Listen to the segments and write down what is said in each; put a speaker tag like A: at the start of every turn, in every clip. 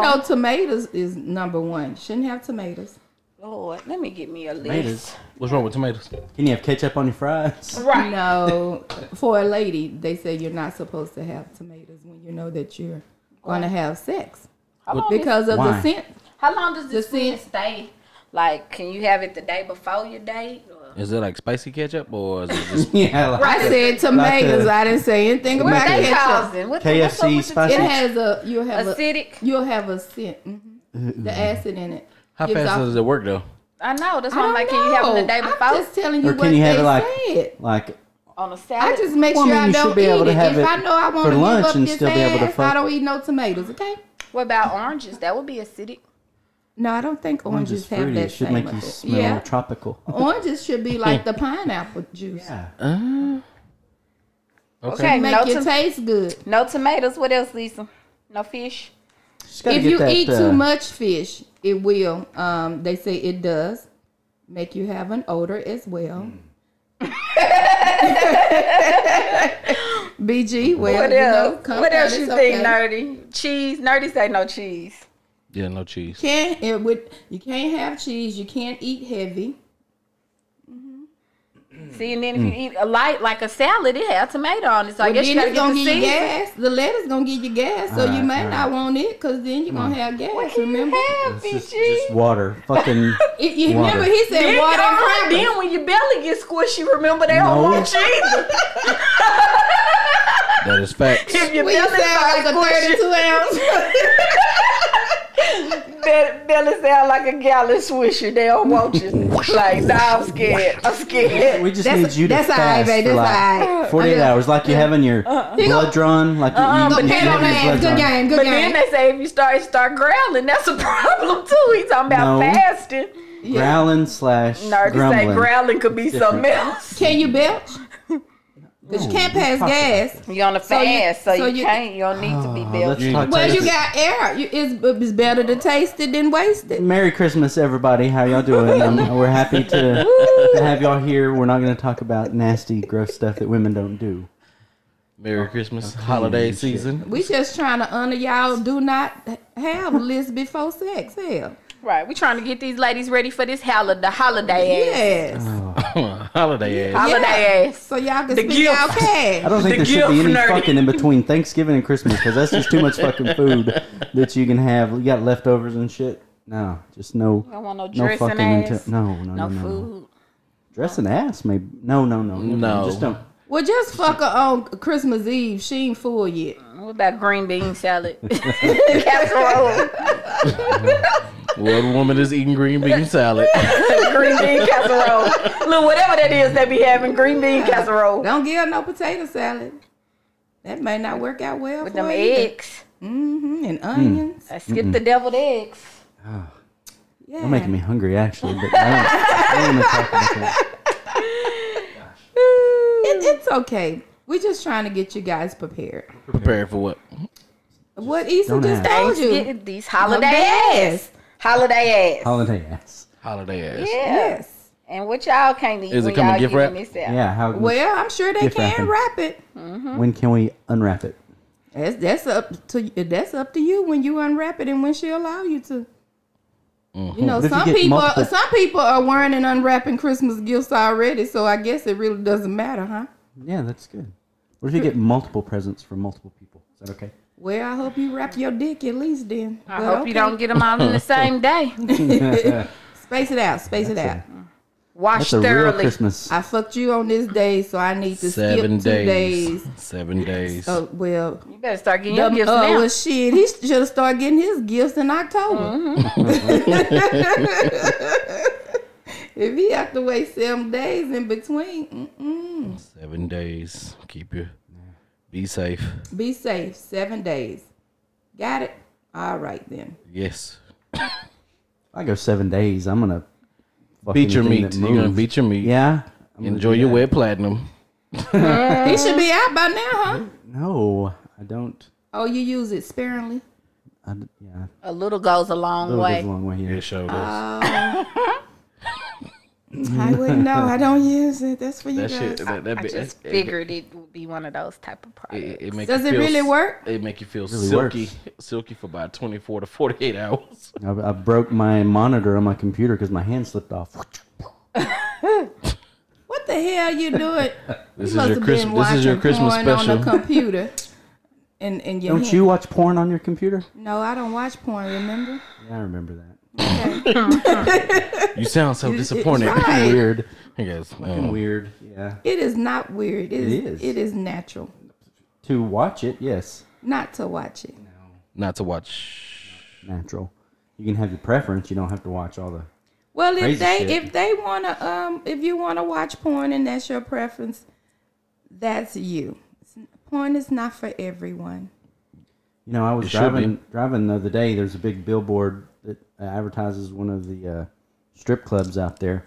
A: No, tomatoes is number one. Shouldn't have tomatoes.
B: Lord, let me get me a list.
C: Tomatoes. What's wrong with tomatoes?
D: Can you have ketchup on your fries?
B: Right.
A: No, for a lady, they say you're not supposed to have tomatoes when you know that you're going to have sex
B: How
D: Oh,
B: long, does,
A: because of the
D: Why?
A: scent.
B: how long does this
A: The
B: food
A: scent.
B: stay? Like, can you have it the day before your date? Or-
C: Is it like spicy ketchup or is it just
D: yeah, like
A: I said
D: Like
A: tomatoes.
D: a-
A: I didn't say anything
B: What
A: about
B: are they
A: ketchup.
B: causing? What the, what's up
D: KFC
B: with the-
A: It
D: spicy.
A: has a you'll have a,
B: Acidic.
A: you'll have a scent. hmm
D: Mm-hmm.
A: The acid in it.
C: how
A: gives
C: fast
A: off-
C: does it work though?
B: I know. That's
A: I
B: why I'm
A: don't
B: like, can you have it the
A: know.
B: day
A: I'm
B: before?
A: just telling you
D: Or
A: what
D: can you have
A: they
D: it like
A: said.
D: like
B: on a salad.
A: I just make
D: Well, I
A: sure
D: mean,
A: I
D: you should
A: don't
D: be
A: eat
D: able to
A: it.
D: have
A: If
D: it
A: I know I want
D: for
A: to give
D: lunch
A: up
D: and
A: this
D: still be able to
A: ass, I
D: fuck.
A: don't eat no tomatoes. Okay?
B: what about oranges? That would be acidic.
A: No, I don't think oranges
D: oranges
A: have
D: fruity.
A: that
D: It should
A: same
D: make you
A: effect.
D: smell
A: Yeah, Oh.
D: tropical.
A: oranges should be like the pineapple juice.
D: Yeah.
C: Uh.
B: Okay,
A: Make
B: no,
A: it
B: tom-
A: taste good.
B: no tomatoes. What else, Lisa? No fish.
D: Just gotta
A: if
D: get
A: you
D: that,
A: eat
D: uh,
A: too much fish, it will. Um, they say it does make you have an odor as well.
D: Mm.
A: BG, well,
B: What
A: you know,
B: else?
A: come
B: what
A: down,
B: else you
A: it's
B: think,
A: okay.
B: Nerdy? Cheese. Nerdy say no cheese.
C: Yeah, no cheese.
A: Can't it would you can't have cheese. You can't eat heavy.
B: See, and then if you eat a light like a salad, it has tomato on it. So I
A: But
B: guess you
A: then
B: gotta
A: it's gonna
B: get the
A: give you
B: season.
A: gas. The lettuce gonna give you gas, so you
D: Alright,
A: may
D: alright.
A: not want it, cause then you're gonna have gas. Remember?
B: Happy
D: It's just,
B: cheese.
D: just water. Fucking
A: It- you
D: Water.
A: remember he said
B: Then,
A: water and
B: uh-huh,
A: crackers.
B: then when your belly gets squishy, remember they don't
D: No.
B: want you either.
C: That is facts.
B: If your
A: We
B: belly
A: sound
B: starts
A: like a
B: squishy,
A: 32 ounce.
B: be- belly sound like a gallon swisher. They don't want you. like, nah, I'm scared. I'm scared.
D: we just
A: That's-
D: need you to
A: that's all right,
D: fast
A: babe,
D: for
A: that's
D: like
A: all right. Uh-uh.
D: 48 hours, like you're having your blood drawn, like
B: Uh-uh,
D: you,
B: but
D: you,
B: they
D: you
A: Hand on the
D: having your
A: ass.
D: blood
A: Good
D: drawn.
A: game. Good
B: But then
A: game.
B: they say if you start start growling, that's a problem too. He talking about
D: No.
B: fasting.
D: Growling slash
B: Nerdy
D: grumbling.
B: say growling could be
D: different.
B: something else.
A: Can you belch? Because you can't pass gas.
B: You on a
A: you-
B: fast, so,
A: so
B: you,
A: you-
B: can't. You don't need to be
D: Oh,
B: built.
D: let's talk
A: Well,
D: to
A: you
D: this-
A: got air. You, it's, it's better to taste it than waste it.
D: Merry Christmas, everybody. How y'all doing? Um, we're happy to, to have y'all here. We're not going to talk about nasty, gross stuff that women don't do.
C: Merry Christmas, holiday
D: Oh, shit.
C: season.
A: We just trying to honor y'all. Do not have lists before sex. Hell,
B: Right, we trying to get these ladies ready for this holiday, the holiday ass,
A: yes.
C: holiday ass.
B: holiday ass.
A: So y'all can
B: The
A: spend
B: gift.
A: y'all
D: I
A: cash.
D: don't think
B: The
D: there should be
B: gift,
D: any
B: nerdy.
D: fucking in between Thanksgiving and Christmas because that's just too much fucking food that you can have. You got leftovers and shit. No, just no.
B: Don't want no
D: No
B: dressing
D: fucking
B: ass,
D: until- no, no, no,
B: no
D: no, no.
B: food.
D: Dress an ass, maybe. No, no, no, no,
C: No.
D: Just don't.
A: Well, just fuck her on Christmas Eve. She ain't full yet.
B: What about green bean salad? casserole.
C: What woman is eating green bean salad?
B: green bean casserole. Look, whatever that is they be having, green bean Uh-huh. casserole.
A: Don't give her no potato salad. That may not work out well
B: With
A: for
B: them
A: her either.
B: eggs.
A: Mm-hmm.
D: Hmm.
A: And onions.
B: I skip the deviled eggs.
A: Yeah.
D: You're making me hungry, actually. But I don't, I don't want to talk about that.
A: It- it's okay. We're just trying to get you guys prepared.
C: Prepared for what?
A: What Issa
D: don't
A: just
D: ask.
A: told you.
B: Get these holiday
A: Holiday
B: ass. Holiday ass.
D: Holiday ass.
C: Holiday ass.
B: Yeah.
A: Yes.
B: And what y'all can't eat
C: Is it
B: when
C: coming
B: y'all
C: gift
B: giving
C: wrap?
B: this out.
D: Yeah. How?
A: Well, I'm sure they
D: Gift
A: can
D: wrapping.
A: wrap it.
D: when can we unwrap it?
A: That's that's up to you. that's up to you when you unwrap it and when she allow you to. You know,
D: Mm-hmm. But if you
A: some
D: get
A: people
D: multiple-
A: some people are wearing and unwrapping Christmas gifts already, so I guess it really doesn't matter, huh?
D: Yeah, that's good. What if you get multiple presents from multiple people? Is that okay?
A: Well, I hope you wrap your dick at least then.
B: I
A: But
B: hope
A: okay.
B: you don't get them all in the same day.
A: space it out, space it out.
D: That's
B: Wash
D: That's a real
B: thoroughly.
D: Christmas.
A: I fucked you on this day, so I need to
C: Seven
A: skip two days.
C: days. Seven days.
A: Oh well,
B: You better start getting
A: the,
B: your
A: uh,
B: gifts now.
A: well, shit, he should have started getting his gifts in October. if he have to wait seven days in between, mm-mm.
C: Seven days. Keep your. Be safe.
A: be safe. Seven days. Got it. All right then.
C: Yes.
D: If I go seven days. I'm gonna fuck
C: Beat your
D: anything
C: meat.
D: that
C: You're gonna
D: moves.
C: beat your meat.
D: Yeah. I'm gonna
C: Enjoy
D: do
C: your
D: that.
C: wet platinum.
A: He should be out by now, huh?
D: No, I don't.
A: Oh, you use it sparingly.
D: I, d- yeah,
B: a little goes a long
D: little goes
B: way.
A: Uh,
D: a long way. Yeah.
C: It sure does.
A: Oh. I wouldn't know. I don't use it. That's for you
C: That
A: guys.
C: shit. That, that
B: I
C: be-
B: just
C: it- it-
B: figured it would be one of those type of
C: It,
B: products.
C: it, it make
A: Does
C: you
A: it
C: feel
A: really
C: s-
A: work?
C: It make you feel
D: Really
C: silky,
D: works.
C: silky for about twenty four to forty eight hours.
D: I, I broke my monitor on my computer because my hand slipped off.
A: What the hell you doing?
C: This
A: you must have
C: is your Christmas.
A: been
C: This is your
A: watching
C: Christmas
A: porn on the
C: special.
A: computer. And and your
D: Don't
A: hand-
D: you watch porn on your computer?
A: No, I don't watch porn. Remember?
D: Yeah, I remember that.
C: You sound so disappointed.
A: right.
D: Weird.
C: He goes,
D: Fucking
C: um,
D: weird. Yeah.
A: It is not weird. It is. It
D: is.
A: is, natural.
D: To watch it, yes.
A: Not to watch it.
C: not to watch.
D: Natural. You can have your preference. You don't have to watch all the.
A: Well, if
D: Crazy
A: they
D: shit.
A: if they wanna um if you wanna watch porn and that's your preference, that's you. It's- Porn is not for everyone.
D: You know, I was
C: It should be.
D: driving driving the other day. There's a big billboard that uh, advertises one of the uh, strip clubs out there,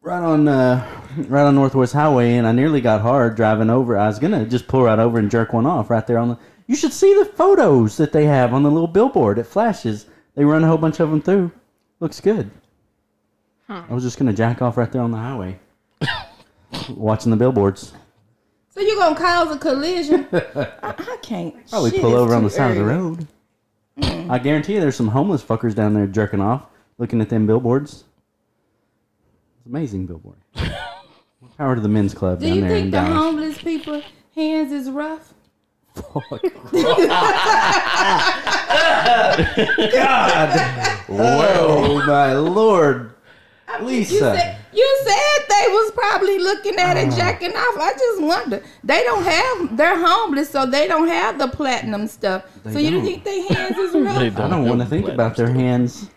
D: right on uh, right on Northwest Highway, and I nearly got hard driving over. I was gonna just pull right over and jerk one off right there on the. You should see the photos that they have on the little billboard. It flashes. They run a whole bunch of them through. Looks good. I was just gonna jack off right there on the highway, watching the billboards.
A: So you're gonna cause a collision? I, I can't.
D: Probably
A: Shit,
D: pull
A: it's
D: over on
A: too
D: the side of the
A: early. Mm.
D: road. I guarantee you, there's some homeless fuckers down there jerking off, looking at them billboards. It's amazing billboard. Power to the men's club
A: Do
D: down
A: you
D: there in
A: think the
D: Dallas.
A: homeless people hands is rough?
D: oh my lord,
A: You said,
D: Lisa!
A: you said they was probably looking at
D: Oh.
A: it jacking off. I just wonder. They don't have. They're homeless, so they don't have the platinum stuff.
D: They
A: so you
D: don't.
A: think they hands is rough?
D: I don't want to think about their hands.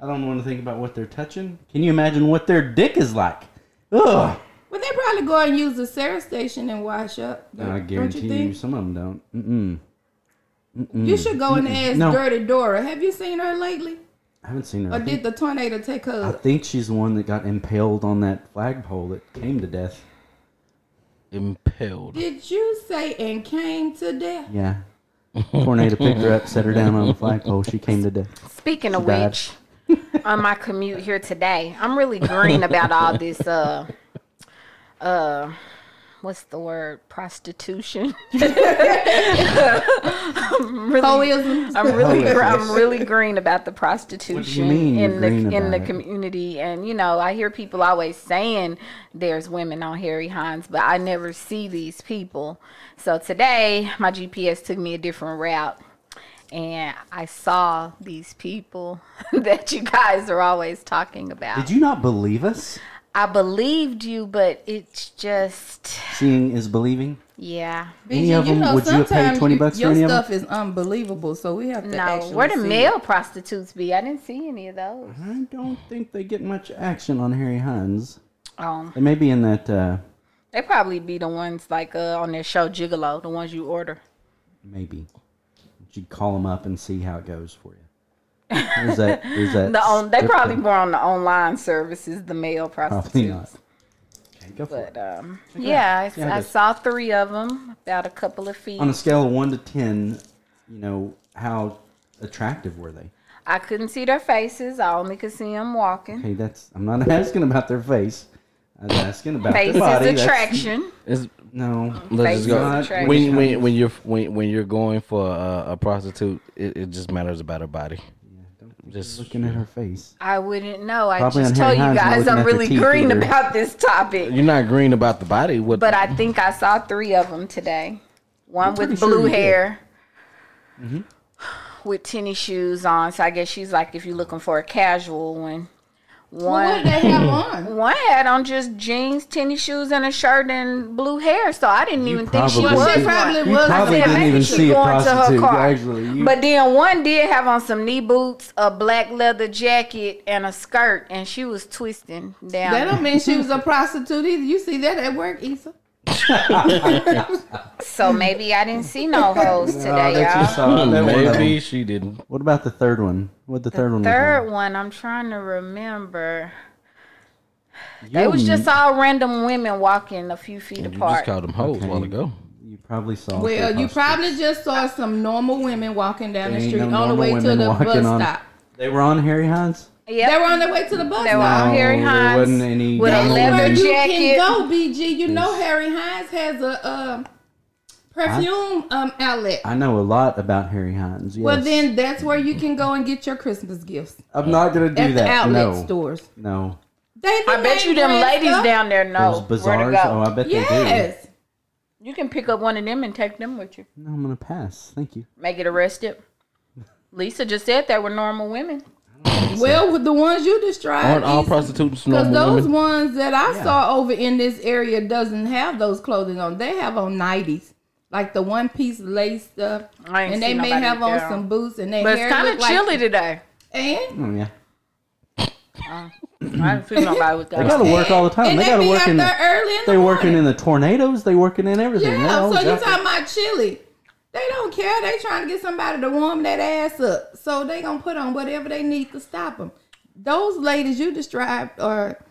D: I don't want to think about what they're touching. Can you imagine what their dick is like? Ugh.
A: well, they probably go and use the Sarah station and wash up.
D: I
A: Don't-
D: guarantee
A: don't you
D: you,
A: think?
D: some of them don't. Mm-mm.
A: You should go and ask
D: No.
A: Dirty Dora. Have you seen her lately?
D: I haven't seen her.
A: Or
D: I
A: did
D: think,
A: the tornado take her?
D: I think she's the one that got impaled on that flagpole that came to death.
C: Impelled.
A: did you say and came to death?
D: Yeah. Tornado picked her up, set her down on the flagpole. She came to death.
B: Speaking of
D: Bad.
B: which, on my commute here today, I'm really green about all this. Uh, uh, what's the word? Prostitution. I'm really,
A: Hoism.
B: I'm really, gr- I'm
D: Hoism.
B: really green about the prostitution
D: mean you're
B: in the
D: green
B: in the
D: about it?
B: community, and you know, I hear people always saying there's women on Harry Hines, but I never see these people. So today, my GPS took me a different route and I saw these people that you guys are always talking about.
D: Did you not believe us?
B: I believed you, but it's just,
D: Seeing is believing.
B: yeah.
D: Any of them, would you have paid
A: sometimes
D: 20 bucks for
A: your
D: any of them?
A: stuff is unbelievable, so we have to
B: No,
A: actually
B: where the
A: see
B: male prostitutes be? I didn't see any of those.
D: I don't think they get much action on Harry Hines.
B: Um,
D: They may be in that, uh,
B: they probably be the ones like uh, on their show Gigolo, the ones you order.
D: maybe. You should call them up and see how it goes for you. There's that. There's that.
B: The on, they
D: strip
B: probably
D: club.
B: more on the online services, the male
D: Probably
B: prostitutes.
D: not. Okay, go for
B: But
D: it.
B: um, yeah, I,
D: Yeah, I
B: I
D: did.
B: saw three of them, about a couple of feet.
D: On a scale of 1 to 10, you know, how attractive were they?
B: I couldn't see their faces. I only could see them walking.
D: Okay, that's. I'm not asking about their face. I was asking about
B: Face
D: their body.
B: is
D: That's-
B: attraction.
C: It's,
D: No.
C: let's
B: Face
C: just
B: is
C: go.
B: attractive.
C: When, when, when you're when, when you're going for a, a prostitute, it, it just matters about her body. Just
D: looking at her face.
B: I wouldn't know. I
D: Probably
B: just
D: on
B: told
D: Harry
B: you
D: Hines, not
B: guys
D: looking at
B: I'm
D: their
B: really
D: teeth
B: green
D: either.
B: about this topic.
C: You're not green about the body. What?
B: But I think I saw three of them today. One
D: pretty
B: with
D: sure
B: blue
D: you did.
B: hair, with tennis shoes on. So I guess she's like, if you're looking for a casual one.
A: Well,
B: One,
A: what did they have on?
B: one had on just jeans, tennis shoes, and a shirt and blue hair. So I didn't even think she was.
D: probably
A: Well, she
D: You
B: one.
A: probably
D: you
A: was.
D: probably
B: Yeah,
D: didn't
B: maybe
D: even
B: she
D: see a
B: going to her
D: prostitute.
B: car.
D: Actually, you,
B: But then one did have on some knee boots, a black leather jacket, and a skirt, and she was twisting down.
A: That don't mean she was a prostitute either. You see that at work, Issa?
B: so maybe I didn't see no hoes
D: Oh,
B: today,
D: that you
B: y'all.
D: saw, that one of
C: Hmm, Maybe
D: them.
C: she didn't.
D: What about the third one? What the third one? was
B: Third one, I'm trying to remember.
D: like?
B: It was
D: You-
B: just all random women walking a few feet
C: You just
B: apart.
C: called them hoes a while
D: Okay.
C: ago.
D: You probably saw.
A: Well,
D: three
A: you
D: prostitutes.
A: probably just saw some normal women walking down the
D: Ain't
A: street
D: no
A: on the
D: normal
A: way to
D: women
A: the
D: walking
A: bus
D: on-
A: stop.
D: They were on Harry Hines. Oh,
B: Yep.
A: They were on their way to the bus
B: They were
A: stop.
B: on Harry
D: there
B: Hines
D: wasn't any
B: with a
D: download.
B: leather
A: That's where
B: jacket.
A: You can go, BG. You know Harry Hines has a um, perfume um, outlet.
D: I know a lot about Harry Hines. Yes.
A: well, then that's where you can go and get your Christmas gifts
D: I'm not gonna do
A: at the
D: that.
A: outlet
D: No,
A: stores.
D: no.
A: They
B: I bet
A: they
B: you them
A: brand
B: ladies
A: stuff.
B: down there know
D: Those
B: where to
D: bazaars.
B: go.
D: Oh, I bet they do.
A: Yes.
B: You can pick up one of them and take them with you.
D: No, I'm gonna pass. Thank you.
B: Make it arrested. Lisa just said they were normal women.
A: Well, with the ones you described,
C: Aren't all
A: is-
C: prostitutes
A: Because
C: normal
A: those
C: women?
A: ones that I saw over in this area doesn't have those clothing on. They have on nighties, like the one piece lace stuff,
B: I ain't
A: and they
B: seen
A: may
B: nobody
A: have on
B: with that
A: some boots and they
B: But
A: hair
B: it's kind
A: look
B: of
A: like-
B: chilly today.
A: and
D: Oh, yeah,
B: I didn't see nobody with
D: they
B: that.
D: gotta work all the time.
A: and
D: They
A: they,
D: gotta
A: be
D: work
A: out
D: in.
A: there
D: The,
A: early in the
D: they working
A: morning.
D: in the tornadoes. They working in everything. They
A: yeah.
D: always
A: So you
D: out there.
A: talking about chilly? They don't care. They trying to get somebody to warm that ass up, so they gonna put on whatever they need to stop them. Those ladies you described are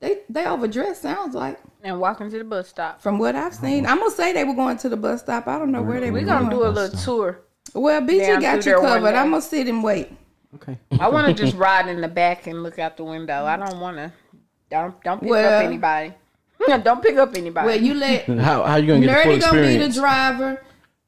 A: they they overdressed. Sounds like.
B: and walking to the bus stop.
A: From what I've seen, I'm gonna say they were going to the bus stop. I don't know where they were
B: We're gonna
A: going.
B: do a little tour.
A: Well,
B: Down
A: BG
B: through
A: got
B: there
A: you
B: one
A: covered.
B: day.
A: I'm gonna sit and wait.
D: Okay.
B: I want to just ride in the back and look out the window. I don't want to. Don't don't pick
A: Well-
B: up anybody. don't pick up anybody.
A: Well, you let
C: How how you gonna get the full
A: Nerdy gonna be the
C: experience?
A: driver.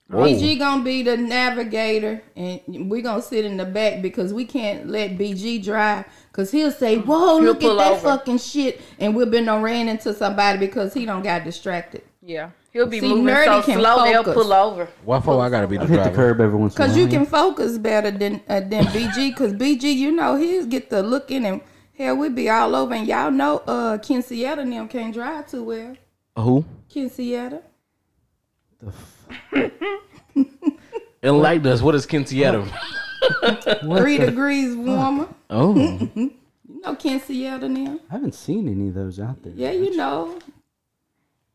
C: Whoa.
A: BG gonna be the navigator, and we gonna sit in the back because we can't let BG drive. Cause he'll say, "Whoa, look at
B: pull
A: that
B: over.
A: fucking shit," and we've been on ran into somebody because he don't got distracted.
B: yeah, he'll be
A: See,
B: moving
A: Nerdy
B: so
A: can
B: slow they'll
A: focus.
B: pull over.
C: Why for I gotta be the
D: I've hit the
C: driver?
D: curb every once in a while.
A: Cause you can focus better than uh, than BG. Cause BG, you know, he'll get the looking and hell, we be all over. And y'all know, uh, Kinsietta and them can't drive too well.
C: Who?
A: Kinsietta.
D: The f-
C: Enlighten us. What is Kintietta?
D: what
A: three
D: the-
A: degrees warmer.
C: oh,
A: You know Kinsietta now.
D: I haven't seen any of those out there.
A: Yeah, you know.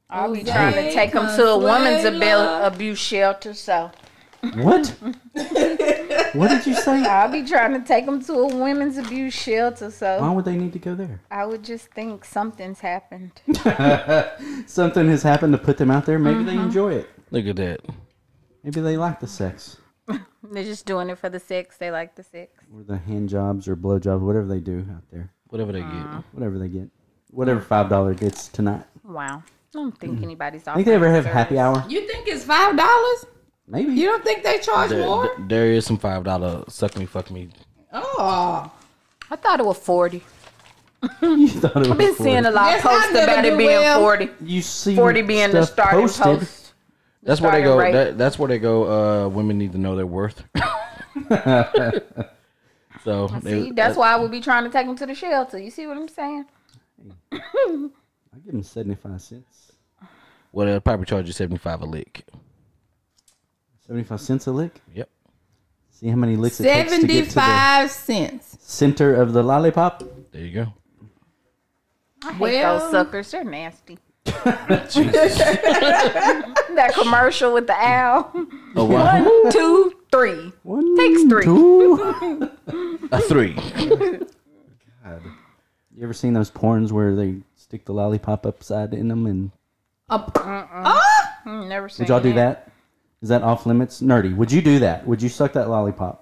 B: I'll be
A: Jose
B: trying to take them to a woman's
A: Consuelo.
B: abu- abuse shelter. So
D: What? what did you say?
B: I'll be trying to take them to a women's abuse shelter.
D: Why
B: So
D: would they need to go there?
B: I would just think something's happened.
D: Something has happened to put them out there. Maybe they enjoy it.
C: look at that.
D: Maybe they like the sex
B: They're just doing it for the sex. They like the sex.
D: or the hand jobs or blow jobs, whatever they do out there.
C: Whatever they get.
D: Whatever they get. Whatever five dollar gets tonight.
B: Wow. I don't
A: Mm.
B: think anybody's.
D: I think they ever have happy hour.
A: You think it's five dollars?
D: Maybe.
A: You don't think they charge
C: There-
A: more?
C: th- there is some five dollar suck me fuck me.
A: oh,
B: I thought it was forty.
D: You thought it was
B: I've been
D: forty.
B: seeing a lot of
A: Yes, I
B: posts
A: never
B: about
A: do
B: it being
A: well.
B: forty.
D: you see
B: Forty being the
D: stuff
B: starting
D: posted.
B: post.
C: That's where
B: Starting
C: they go.
B: right.
C: That, that's where they go. Uh, women need to know their worth. so
B: See,
D: uh,
B: that's why I would be trying to take them to the shelter. You see what I'm saying?
D: I give them seventy five cents.
C: Well, they'll probably charge you seventy five a lick.
D: Seventy five cents a lick.
C: Yep.
D: See how many licks it takes to get to the
A: seventy-five cents.
D: center of the lollipop.
C: There you go.
B: I hate
A: Well-
B: those suckers. They're nasty. that commercial with the owl.
C: Oh, wow.
B: One, two, three.
D: One
B: Takes three.
D: two.
C: a three.
D: You ever seen those porns where they stick the lollipop upside in them and
A: Up.
B: Mm, Never seen.
D: would y'all do
B: that.
D: that? Is that off limits? Nerdy, would you do that? Would you suck that lollipop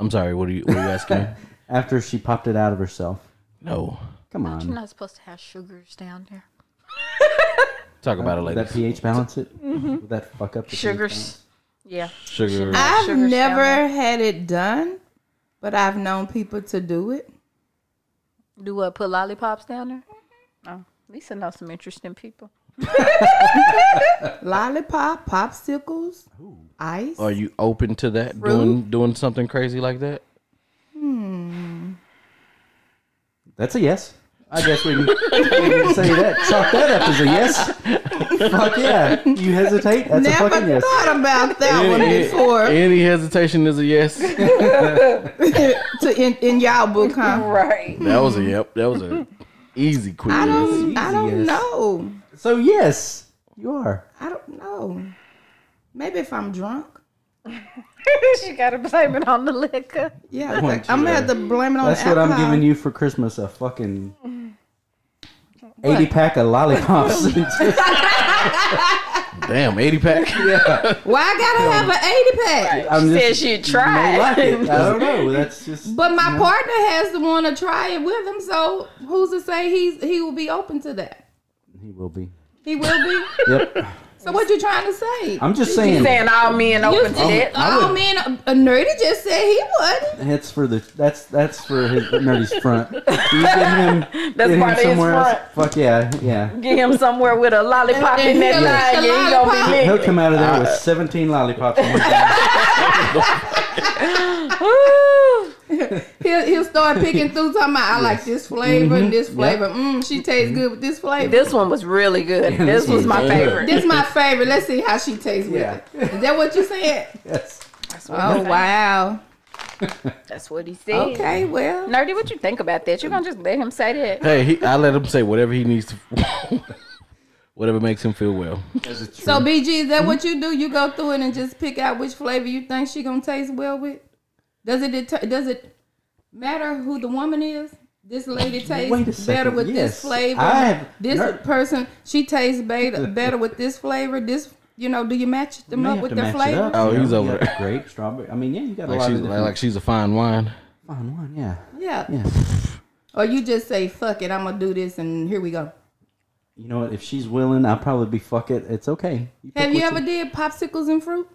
C: I'm sorry. What are you? What are you asking? me?
D: after she popped it out of herself?
C: No.
D: Come
B: You're
D: on.
B: not supposed to have sugars down there.
C: Talk about it
D: Would
C: later.
D: that pH balance it?
B: Mm-hmm.
D: Would that fuck up the pH
B: Sugars. Yeah.
C: Sugar.
A: I've
B: Sugar
A: never
B: salmon.
A: had it done, but I've known people to do it.
B: Do what? Put lollipops down there? Oh, Lisa knows some interesting people.
A: Lollipop, popsicles, ice.
C: Are you open to that? Doing doing something crazy like that?
D: balance? That's a yes. I guess we can, we can say that. Chalk that up as a yes. fuck yeah. You hesitate? That's a
A: Never
D: fucking yes.
A: thought about that one before.
C: Any hesitation is a yes. That
A: to in, in y'all book, huh?
B: Right.
C: was a yep. That was a easy quiz.
A: I don't. I don't
D: Easy, yes.
A: know.
D: So yes, you are.
A: I don't know. Maybe if I'm drunk.
B: she got to blame it on the liquor.
A: Yeah,
D: want
A: like,
D: you
A: I'm gonna
D: to-
A: have to blame it on.
D: That's what I'm giving you for Christmas, a fucking 80 pack of lollipops.
C: Damn, 80 pack.
D: Yeah,
A: Why I gotta have an 80 pack?
D: I'm
E: Said
D: just.
E: she
D: you may
E: tried.
D: like it. I don't know. That's just.
A: But my
D: you know.
A: partner has to want to try it with him, so who's to say he's he will be open to that?
D: He will be.
A: He will be.
D: Yep.
A: so what you trying to say?
D: I'm just
E: She's
D: saying.
E: saying all men
A: you,
E: open to
A: oh,
E: that.
D: I would-
A: man, a, a nerdy just said he wouldn't.
D: That's for the. That's that's for his nerdy's front. You get him. get him
E: part of his
D: somewhere
E: front.
D: else. Fuck yeah, yeah.
E: Get him somewhere with a lollipop in
A: And
E: that line.
A: he'll like the
E: Yeah, he gonna
A: lollipop.
E: be lit.
D: He'll come out of there with
E: Uh,
D: 17 lollipops. In his hand.
A: He'll, he'll start picking through talking about I like this flavor
D: Mm-hmm.
A: and this flavor. Mm, she tastes good with this flavor. This,
E: This one was really good.
D: this
E: This was
D: one's
E: my
D: good.
E: favorite.
A: my favorite. Let's see how she tastes
D: Yeah.
A: with it. Is that what you said?
D: yes.
A: Oh wow.
B: That's what he said.
A: Okay, well.
B: Nerdy, what you think about that? You gonna just let him say that?
C: Hey, he, I let him say whatever he needs to, whatever makes him feel well.
A: So BG, is that
D: Mm-hmm.
A: what you do? You go through it and just pick out which flavor you think she gonna taste well with. Does it deter- does it matter who the woman is? This lady
D: Wait a
A: tastes better
D: second,
A: with
D: yes.
A: this flavor.
D: I have-
A: this
D: Ner-
A: person she tastes better better with this flavor. This you know, do you match them
D: May
A: up
D: have
A: with
D: to
A: their
D: match it
A: flavor?
D: up,
C: Oh,
D: you
C: he's
D: know,
C: over
D: you got
C: there.
D: Grape, strawberry. I mean, yeah, you got a
C: Like
D: lot
C: she's
D: of
C: like,
D: different.
C: like she's a fine wine.
D: fine wine, yeah,
A: Yeah.
D: yeah.
A: Or you just say fuck it, I'm gonna do this, and here we go.
D: You know what? If she's willing, I'll probably be fuck it. It's okay. pick
A: Have you
D: what
A: ever did popsicles and fruit?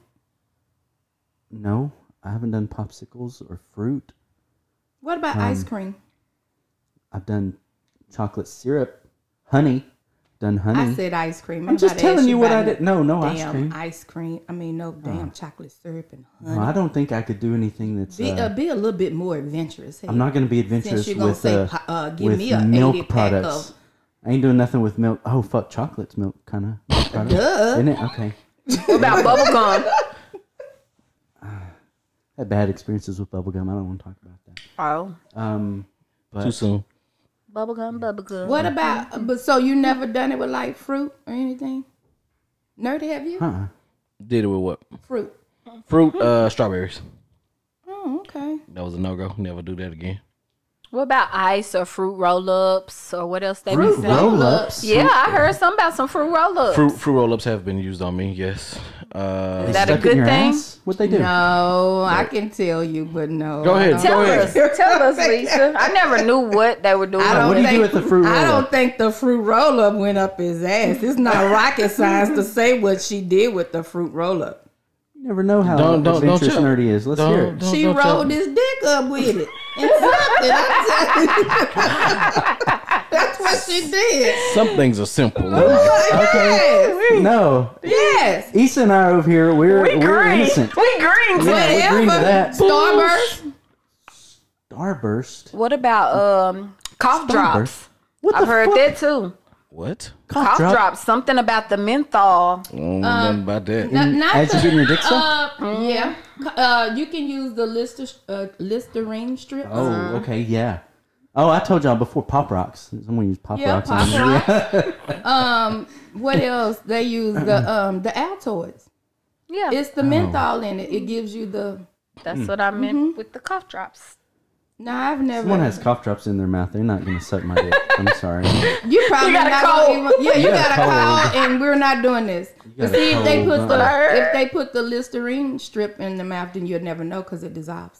D: No, I haven't done popsicles or fruit.
A: What about
D: Mm.
A: ice cream?
D: I've done chocolate syrup, honey. Done honey.
A: I said ice cream.
D: I'm just
A: Everybody asked
D: telling you what I
A: about
D: did. No, no
A: damn
D: ice cream.
A: I mean, no damn chocolate syrup and honey.
D: No, I don't think I could do anything that's.
A: Be,
D: uh,
A: uh, be a little bit more adventurous. Hey.
D: I'm not going to be adventurous
A: Since you're gonna
D: with
A: say
D: uh,
A: po- uh, give
D: with
A: me a
D: milk
A: 80 pack
D: products.
A: of-
D: I ain't doing nothing with milk. Oh fuck, chocolate's milk kind of.
A: Duh.
D: Isn't it okay?
E: What about bubblegum?
D: I had bad experiences with bubblegum. I don't want to talk about that.
B: Oh,
D: Um, but
C: Too soon.
B: bubblegum, bubblegum.
A: What about? uh, But so you never done it with like fruit or anything? Nerdy, have you
D: uh-uh.
C: Did it with what?
A: fruit?
C: Fruit, uh, strawberries.
A: Oh, okay.
C: That was a no go. Never do that again.
B: What about ice or fruit roll ups or what else they be
D: fruit
B: saying?
D: roll ups.
B: Yeah, I heard something about some fruit roll ups.
C: Fruit, fruit roll ups have been used on me. Yes. Uh,
B: that a good thing?
D: What they do?
A: No, Oh, I can tell you, but no.
C: go ahead.
A: I
C: Go
B: Tell
C: ahead.
B: us, tell us, Lisa. I never knew what they were doing.
A: don't- I don't
D: What do you
A: think,
D: do with the fruit
A: I
D: roll-up?
A: don't think the fruit roll up went up his ass. It's not rocket science to say what she did with the fruit roll up.
D: You never know how
C: Don't- don't- don't
D: adventurous
C: tell-
D: nerdy is. Let's hear it.
A: She
C: don't tell-
A: rolled his dick up with it. And something, I'm telling you. That's what she did.
C: Some things are simple.
A: Yes.
D: No,
A: Yes.
D: Issa and I over here, we're
E: We
D: we are
E: green.
D: innocent.
E: We green.
D: Yeah, we're green to that.
A: Starburst.
D: Starburst.
B: What about um cough drops?
D: Starburst. What
B: I've
D: the
B: heard
D: fuck?
B: that too.
C: What?
B: Cough
D: drop?
B: drops. Something about the menthol.
C: I don't know nothing about that.
A: Not, not
D: As you
A: the-
D: getting your dick sucked?
A: uh, yeah. Uh, you can use the Lister, uh, Listerine strips.
D: Oh, okay, yeah. Oh, I told y'all before Pop Rocks. Someone used Pop
A: Yeah,
D: Rocks. on
A: Pop
D: there.
A: Rocks. um, what else? They use the um the Altoids.
B: Yeah,
A: It's the menthol in it. It gives you the.
B: that's what I meant with the cough drops.
A: No, I've never.
D: Someone has cough drops in their mouth. They're not gonna suck my dick. I'm sorry.
A: You probably
B: got a
A: not
B: cold.
A: gonna even. Yeah, you,
D: got
A: got,
D: a
A: a cold, and we're not doing this. But
D: got a
A: see, if they
D: cold,
A: put the
D: huh?
A: if they put the Listerine strip in the mouth, then you'll never know because it dissolves.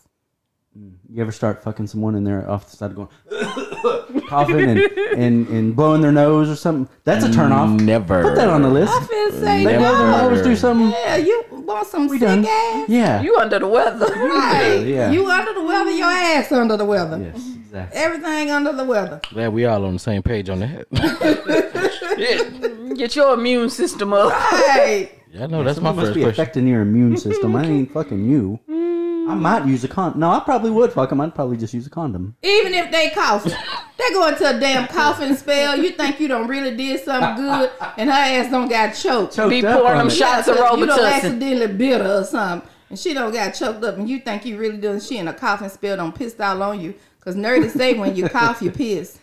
D: You ever start fucking someone and they're off the side going coughing and, and, and blowing their nose or something? That's a turn off.
C: Never.
D: Put that on the list.
A: I feel say
D: They blow their
A: no.
D: nose, do something.
A: Yeah, you want some
D: We
A: sick
D: done.
A: ass?
D: Yeah.
B: You under the weather?
A: Right.
D: Yeah.
A: You under the weather, your ass under the weather.
D: Yes, exactly.
A: Everything under the weather.
C: Glad we all on the same page on that.
B: Get your immune system up.
A: Right.
C: Yeah, I know. That's my
D: Something must
C: first
D: be
C: question.
D: affecting your immune system. I ain't fucking you. I might use a condom. No, I probably would fuck him. I'd probably just use a condom.
A: Even if they coughing, they go into a damn coughing spell. You think you don't really did something good, and her ass don't got choked.
B: Be pouring them shots of
A: You don't
B: Robitussin.
A: accidentally bit her or something, and she don't got choked up, and you think you really done. She in a coughing spell, don't pissed all on you. Cause nerdy say when you cough, you piss.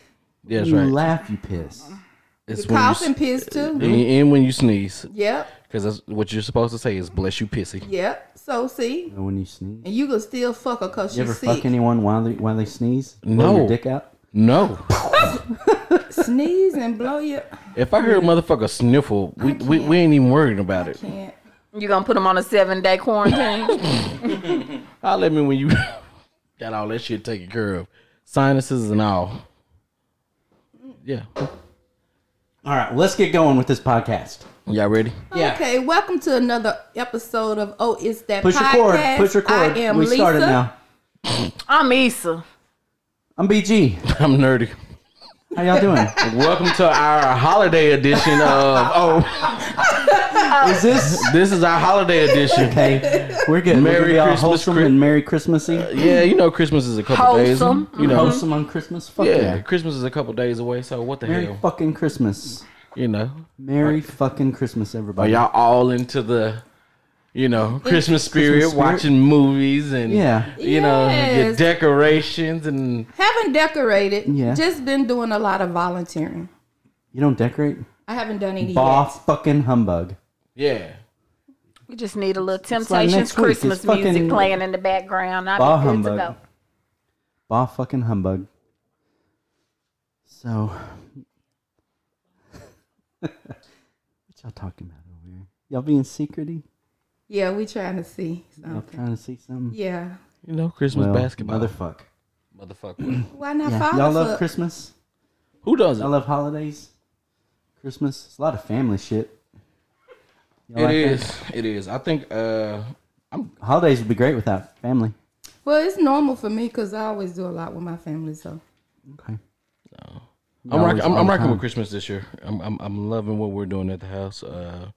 C: Yeah, that's
D: You
C: right.
D: laugh, you piss.
C: It's
A: You
C: when
A: cough
C: you
A: and
C: s-
A: piss too.
C: and, and when you sneeze,
A: Yep,
C: because that's what you're supposed to say is "bless you, pissy."
A: yep. So see,
D: And when you sneeze,
A: and you can still fuck her cause
D: you
A: she's
D: ever
A: sick.
D: fuck anyone while they while they sneeze?
C: No.
D: Blow your dick out.
C: No,
A: sneeze and blow your.
C: If I hear a motherfucker sniffle, we, we, we ain't even worried about it.
A: Can't.
B: You gonna put them on a seven day quarantine?
C: Holler at me when you got all that shit taken care of, sinuses and all. Yeah,
D: All right, let's get going with this podcast.
C: y'all ready?
D: Yeah.
A: Okay, welcome to another episode of Oh It's That
D: Push record.
A: Podcast.
D: Push record.
A: I am
D: we
A: Lisa.
D: started now.
B: I'm Issa.
D: I'm BG.
C: I'm nerdy.
D: How y'all doing?
C: Welcome to our holiday edition of oh,
D: Is this
C: this is our holiday edition.
D: okay? We're good.
C: Merry
D: Merry we're gonna be all
C: Christmas,
D: wholesome
C: Chris-
D: and Merry Christmassy.
C: Yeah, you know Christmas is a couple
B: Wholesome.
C: days. You know,
D: Wholesome on Christmas. Fuck
C: yeah,
D: yeah.
C: Christmas is a couple days away. So what the
D: Merry
C: hell?
D: fucking Christmas.
C: you know,
D: Merry fucking Christmas,
C: are
D: everybody.
C: y'all all into the, you know, Christmas spirit,
D: spirit?
C: watching movies and
D: Yeah.
C: you know, your
A: Yes.
C: decorations and
A: Haven't decorated.
D: Yeah.
A: Just been doing a lot of volunteering.
D: You don't decorate?
A: I haven't done any
D: Bah
A: yet.
D: fucking humbug.
C: yeah.
B: We just need a little
D: like
B: Temptations
D: next week. It's
B: Christmas music
D: fucking
B: playing in the background.
D: bah
B: I'll be good to
D: humbug.
B: go.
D: Bah fucking humbug. So, what y'all talking about over here? Y'all being secrety?
A: Yeah, we trying to see
D: Y'all
A: something.
D: trying to see something?
A: Yeah.
C: You know, Christmas
D: Well,
C: basketball.
D: Motherfuck.
C: Motherfucker.
A: Why not
D: Yeah.
A: follow
D: Y'all love
A: up?
D: Christmas?
C: Who does
D: Y'all
C: it?
D: love holidays? Christmas? It's a lot of family shit. Y'all
C: It
D: like that?
C: is. It is. I think uh
D: Holidays would be great without family.
A: Well, it's normal for me because I always do a lot with my family. So
D: Okay.
C: I'm
D: Always,
C: rocking, I'm,
D: all
C: I'm
D: the
C: rocking
D: time.
C: with Christmas this year. I'm, I'm I'm loving what we're doing at the house. Uh,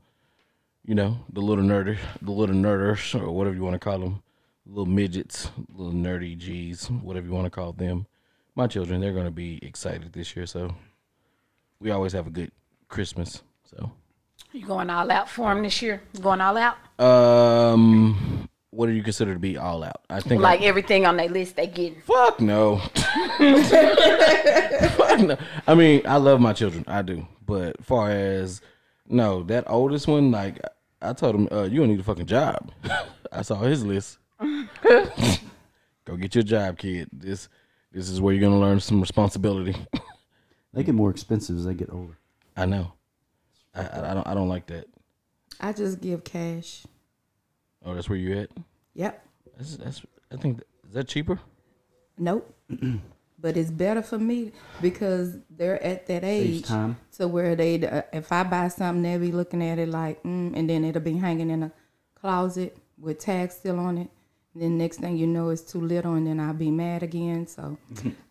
C: you know, the little nerder, the little nerders, or whatever you want to call them, little midgets, little nerdy G's, whatever you want to call them. My children, they're gonna be excited this year. So we always have a good Christmas. So,
B: You going all out for him this year? You going all out?
C: um, what do you consider to be all out? I think
B: Like everything on their list they getting.
C: Fuck no. Fuck no. I mean, I love my children. I do. But far as no, that oldest one, like I told him, uh, you don't need a fucking job. I saw his list. Go get your job, kid. This this is where you're gonna learn some responsibility.
D: They get more expensive as they get older.
C: I know. I, I, I don't I don't like that.
A: I just give cash.
C: Oh, that's where you at?
A: Yep.
C: That's, that's I think is that cheaper?
A: Nope. but it's better for me because they're at that age
D: time.
A: to where they, uh, if I buy something, they'll be looking at it like, mm, and then it'll be hanging in a closet with tags still on it. And then next thing you know, it's too little, and then I'll be mad again. So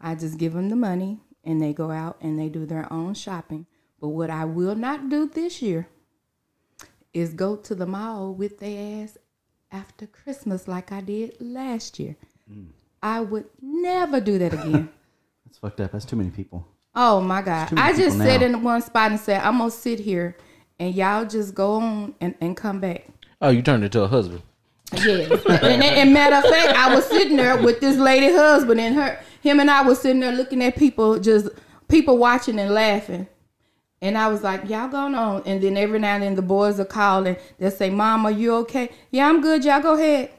A: I just give them the money, and they go out and they do their own shopping. But what I will not do this year is go to the mall with their ass after Christmas like I did last year. I would never do that again.
D: That's fucked up. That's too many people.
A: oh my God.
D: too many
A: I just
D: people
A: sat
D: now.
A: in one spot and said, I'm going to sit here and y'all just go on and, and come back.
C: Oh, you turned into a husband.
A: Yes. and, and, and matter of fact, I was sitting there with this lady husband and her, him and I was sitting there looking at people, just people watching and laughing. And I was like, y'all going on. And then every now and then the boys are calling. They'll say, Mom, are you okay? Yeah, I'm good. Y'all go ahead.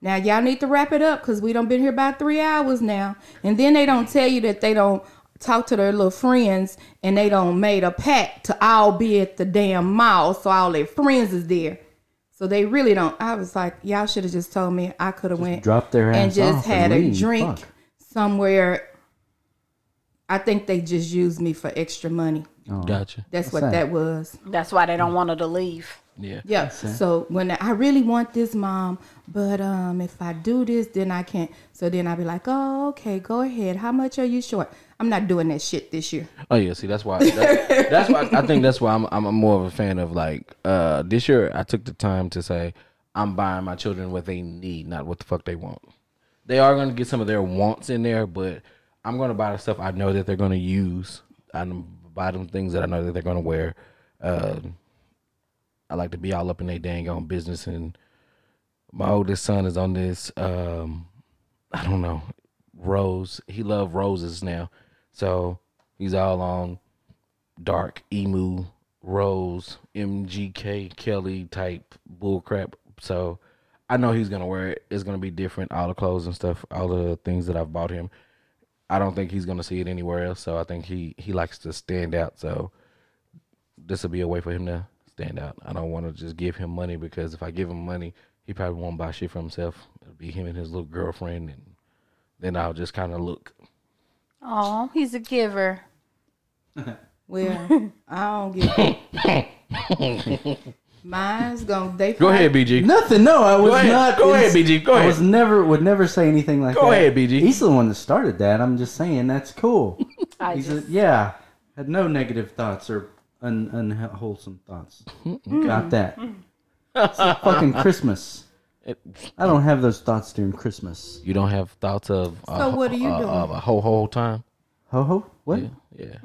A: Now y'all need to wrap it up because we done been here about three hours now. And then they don't tell you that they don't talk to their little friends and they don't made a pact to all be at the damn mall so all their friends is there. So they really don't. I was like, y'all should have just told me I could have went
D: dropped their
A: and
D: ass
A: just
D: off
A: had
D: and
A: a
D: leave.
A: drink
D: Fuck.
A: somewhere. I think they just used me for extra money.
C: Gotcha.
A: That's what
D: that?
A: that was.
B: That's why they don't want her to leave.
C: Yeah.
A: Yeah. So when I really want this, mom, but um, if I do this, then I can't. So then I'll be like, oh, okay, go ahead. How much are you short? I'm not doing that shit this year.
C: Oh yeah, see that's why that, that's why I think that's why I'm I'm more of a fan of like uh this year I took the time to say I'm buying my children what they need, not what the fuck they want. They are gonna get some of their wants in there, but I'm gonna buy the stuff I know that they're gonna use. I'm buy them things that I know that they're gonna wear. Uh, I like to be all up in their dang on business and my oldest son is on this um I don't know rose. He love roses now, so he's all on dark emu rose MGK Kelly type bullcrap. So I know he's gonna wear it. It's gonna be different. All the clothes and stuff, all the things that I've bought him. I don't think he's gonna see it anywhere else. So I think he he likes to stand out. So this will be a way for him to stand out. I don't want to just give him money because if I give him money, he probably won't buy shit for himself. It'll be him and his little girlfriend, and then I'll just kind of look.
B: Oh, he's a giver.
A: Well, I don't get Mine's gonna. They
C: Go ahead, BG.
D: Nothing. No, I was
C: ahead.
D: not.
C: Go ahead, BG. Go
D: I
C: ahead.
D: was never would never say anything like
C: Go
D: that.
C: ahead, BG.
D: He's the one that started that. I'm just saying that's cool.
B: I
D: He's
B: just,
D: a, yeah. Had no negative thoughts or un, unwholesome thoughts. Got that. It's like fucking Christmas. I don't have those thoughts during Christmas.
C: You don't have thoughts of
A: So what are you
C: uh,
A: doing?
C: uh, a whole whole time?
D: Ho ho. What?
C: Yeah,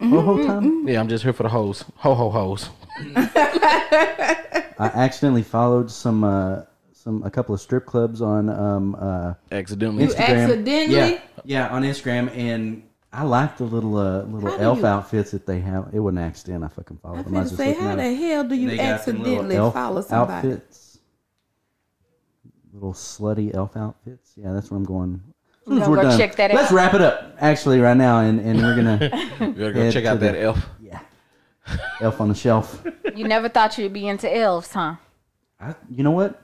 D: Ho ho time.
C: yeah. I'm just here for the hoes. Ho ho hoes.
D: I accidentally followed some uh some a couple of strip clubs on um uh
C: Accidentally.
D: Insta- Instagram.
A: accidentally.
D: yeah yeah on Instagram and. I like the little uh, little
A: How do
D: elf
A: you-
D: outfits that they have. It wasn't an accident. I fucking followed
A: I'm
D: them. I
A: gonna
D: was just
A: say,
D: looking
A: how
D: at them.
A: the hell do you
D: They got them little
A: accidentally
D: elf
A: follow somebody?
D: Outfits. Little slutty elf outfits. Yeah, that's where I'm going. As soon
B: We're
D: as
B: gonna
D: we're
B: go
D: done,
B: check that
D: let's
B: out.
D: wrap it up actually right now, and, and we're gonna
C: You gotta go
D: Head
C: check
D: to
C: out that
D: the-
C: elf.
D: yeah, elf on the shelf.
B: you never thought you'd be into elves, huh?
D: I, you know what?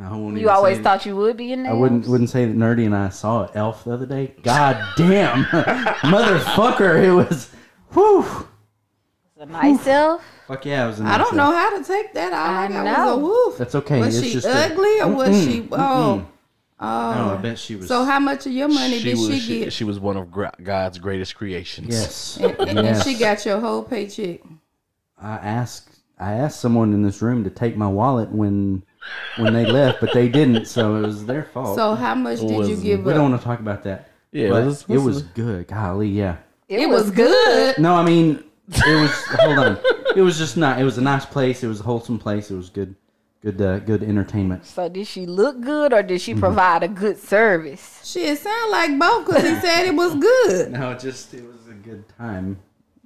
D: I won't even
B: You always
D: say-
B: thought you would be into
D: I wouldn't
B: elves?
D: wouldn't say that Nerdy and I saw an elf the other day. God damn, motherfucker! It was, whew.
B: It's a nice elf.
D: Fuck yeah, it was.
A: I don't know how to take that. All I,
B: I
A: got was
B: know.
A: a woof.
D: That's okay.
A: Was
D: it's
A: she
D: just a-
A: ugly or was she? Oh,
D: No, I bet she was.
A: so how much of your money did
C: was,
A: she, get?
C: she was one of gra- God's greatest creations.
D: Yes.
A: and
D: yes.
A: she got your whole paycheck.
D: I asked I asked someone in this room to take my wallet when when they left, but they didn't, so it was their fault.
A: So how much did you
C: was-
A: give
D: we
A: up?
D: don't want to talk about that.
C: Yeah,
D: But
C: let's-
D: it
C: let's-
D: was good. Golly, yeah.
A: It, was, good.
D: No, I mean it was. hold on, it was just not. It was a nice place. It was a wholesome place. It was good, good, uh, good entertainment.
B: So did she look good or did she provide a good service?
A: Shit, sound like both because he said it was good.
D: No, it just it was a good time.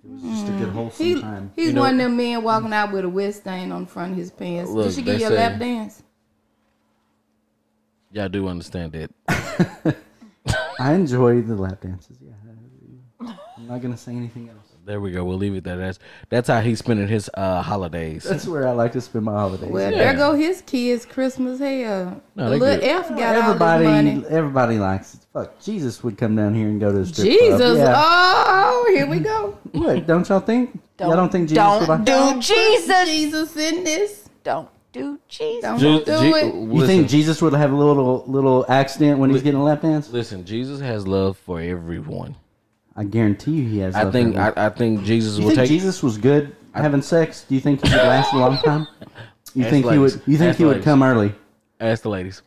D: It was just a good wholesome
A: Mm. He,
D: time.
A: he's
C: You know-
A: one of them men walking out with a wet stain on the front of his pants.
C: Look,
A: Did she
C: they
A: give you a
C: say-
A: lap dance?
C: Y'all do understand that.
D: I enjoyed the lap dances. Yeah, I'm not gonna say anything else.
C: There we go. We'll leave it there. That's that's how he's spending his uh, holidays.
D: That's where I like to spend my holidays.
A: Well,
C: Yeah.
A: there go his kids' Christmas hair.
C: No,
A: the
C: they
A: little
C: good.
A: F got
D: everybody,
A: all his money.
D: everybody likes it. Fuck, Jesus would come down here and go to the strip
A: Jesus,
D: club. Yeah.
A: oh, here we go.
D: What, don't y'all think? y'all don't think Jesus would like
B: Don't do
A: Don't put
B: Jesus.
A: Jesus in this.
B: Don't do Jesus.
A: Don't
C: Ju-
A: do
C: Je-
A: it.
D: You think Jesus would have a little little accident when he's getting a lap dance?
C: Listen, Jesus has love for everyone.
D: I guarantee you, he has.
C: I
D: love
C: think
D: for
C: I,
D: everyone.
C: I think Jesus
D: you
C: will
D: think
C: take
D: Jesus was good having sex? Do you think he would last a long time? You
C: Ask
D: think he
C: ladies.
D: would? You think
C: Ask
D: he would
C: ladies.
D: come early?
C: ask the ladies.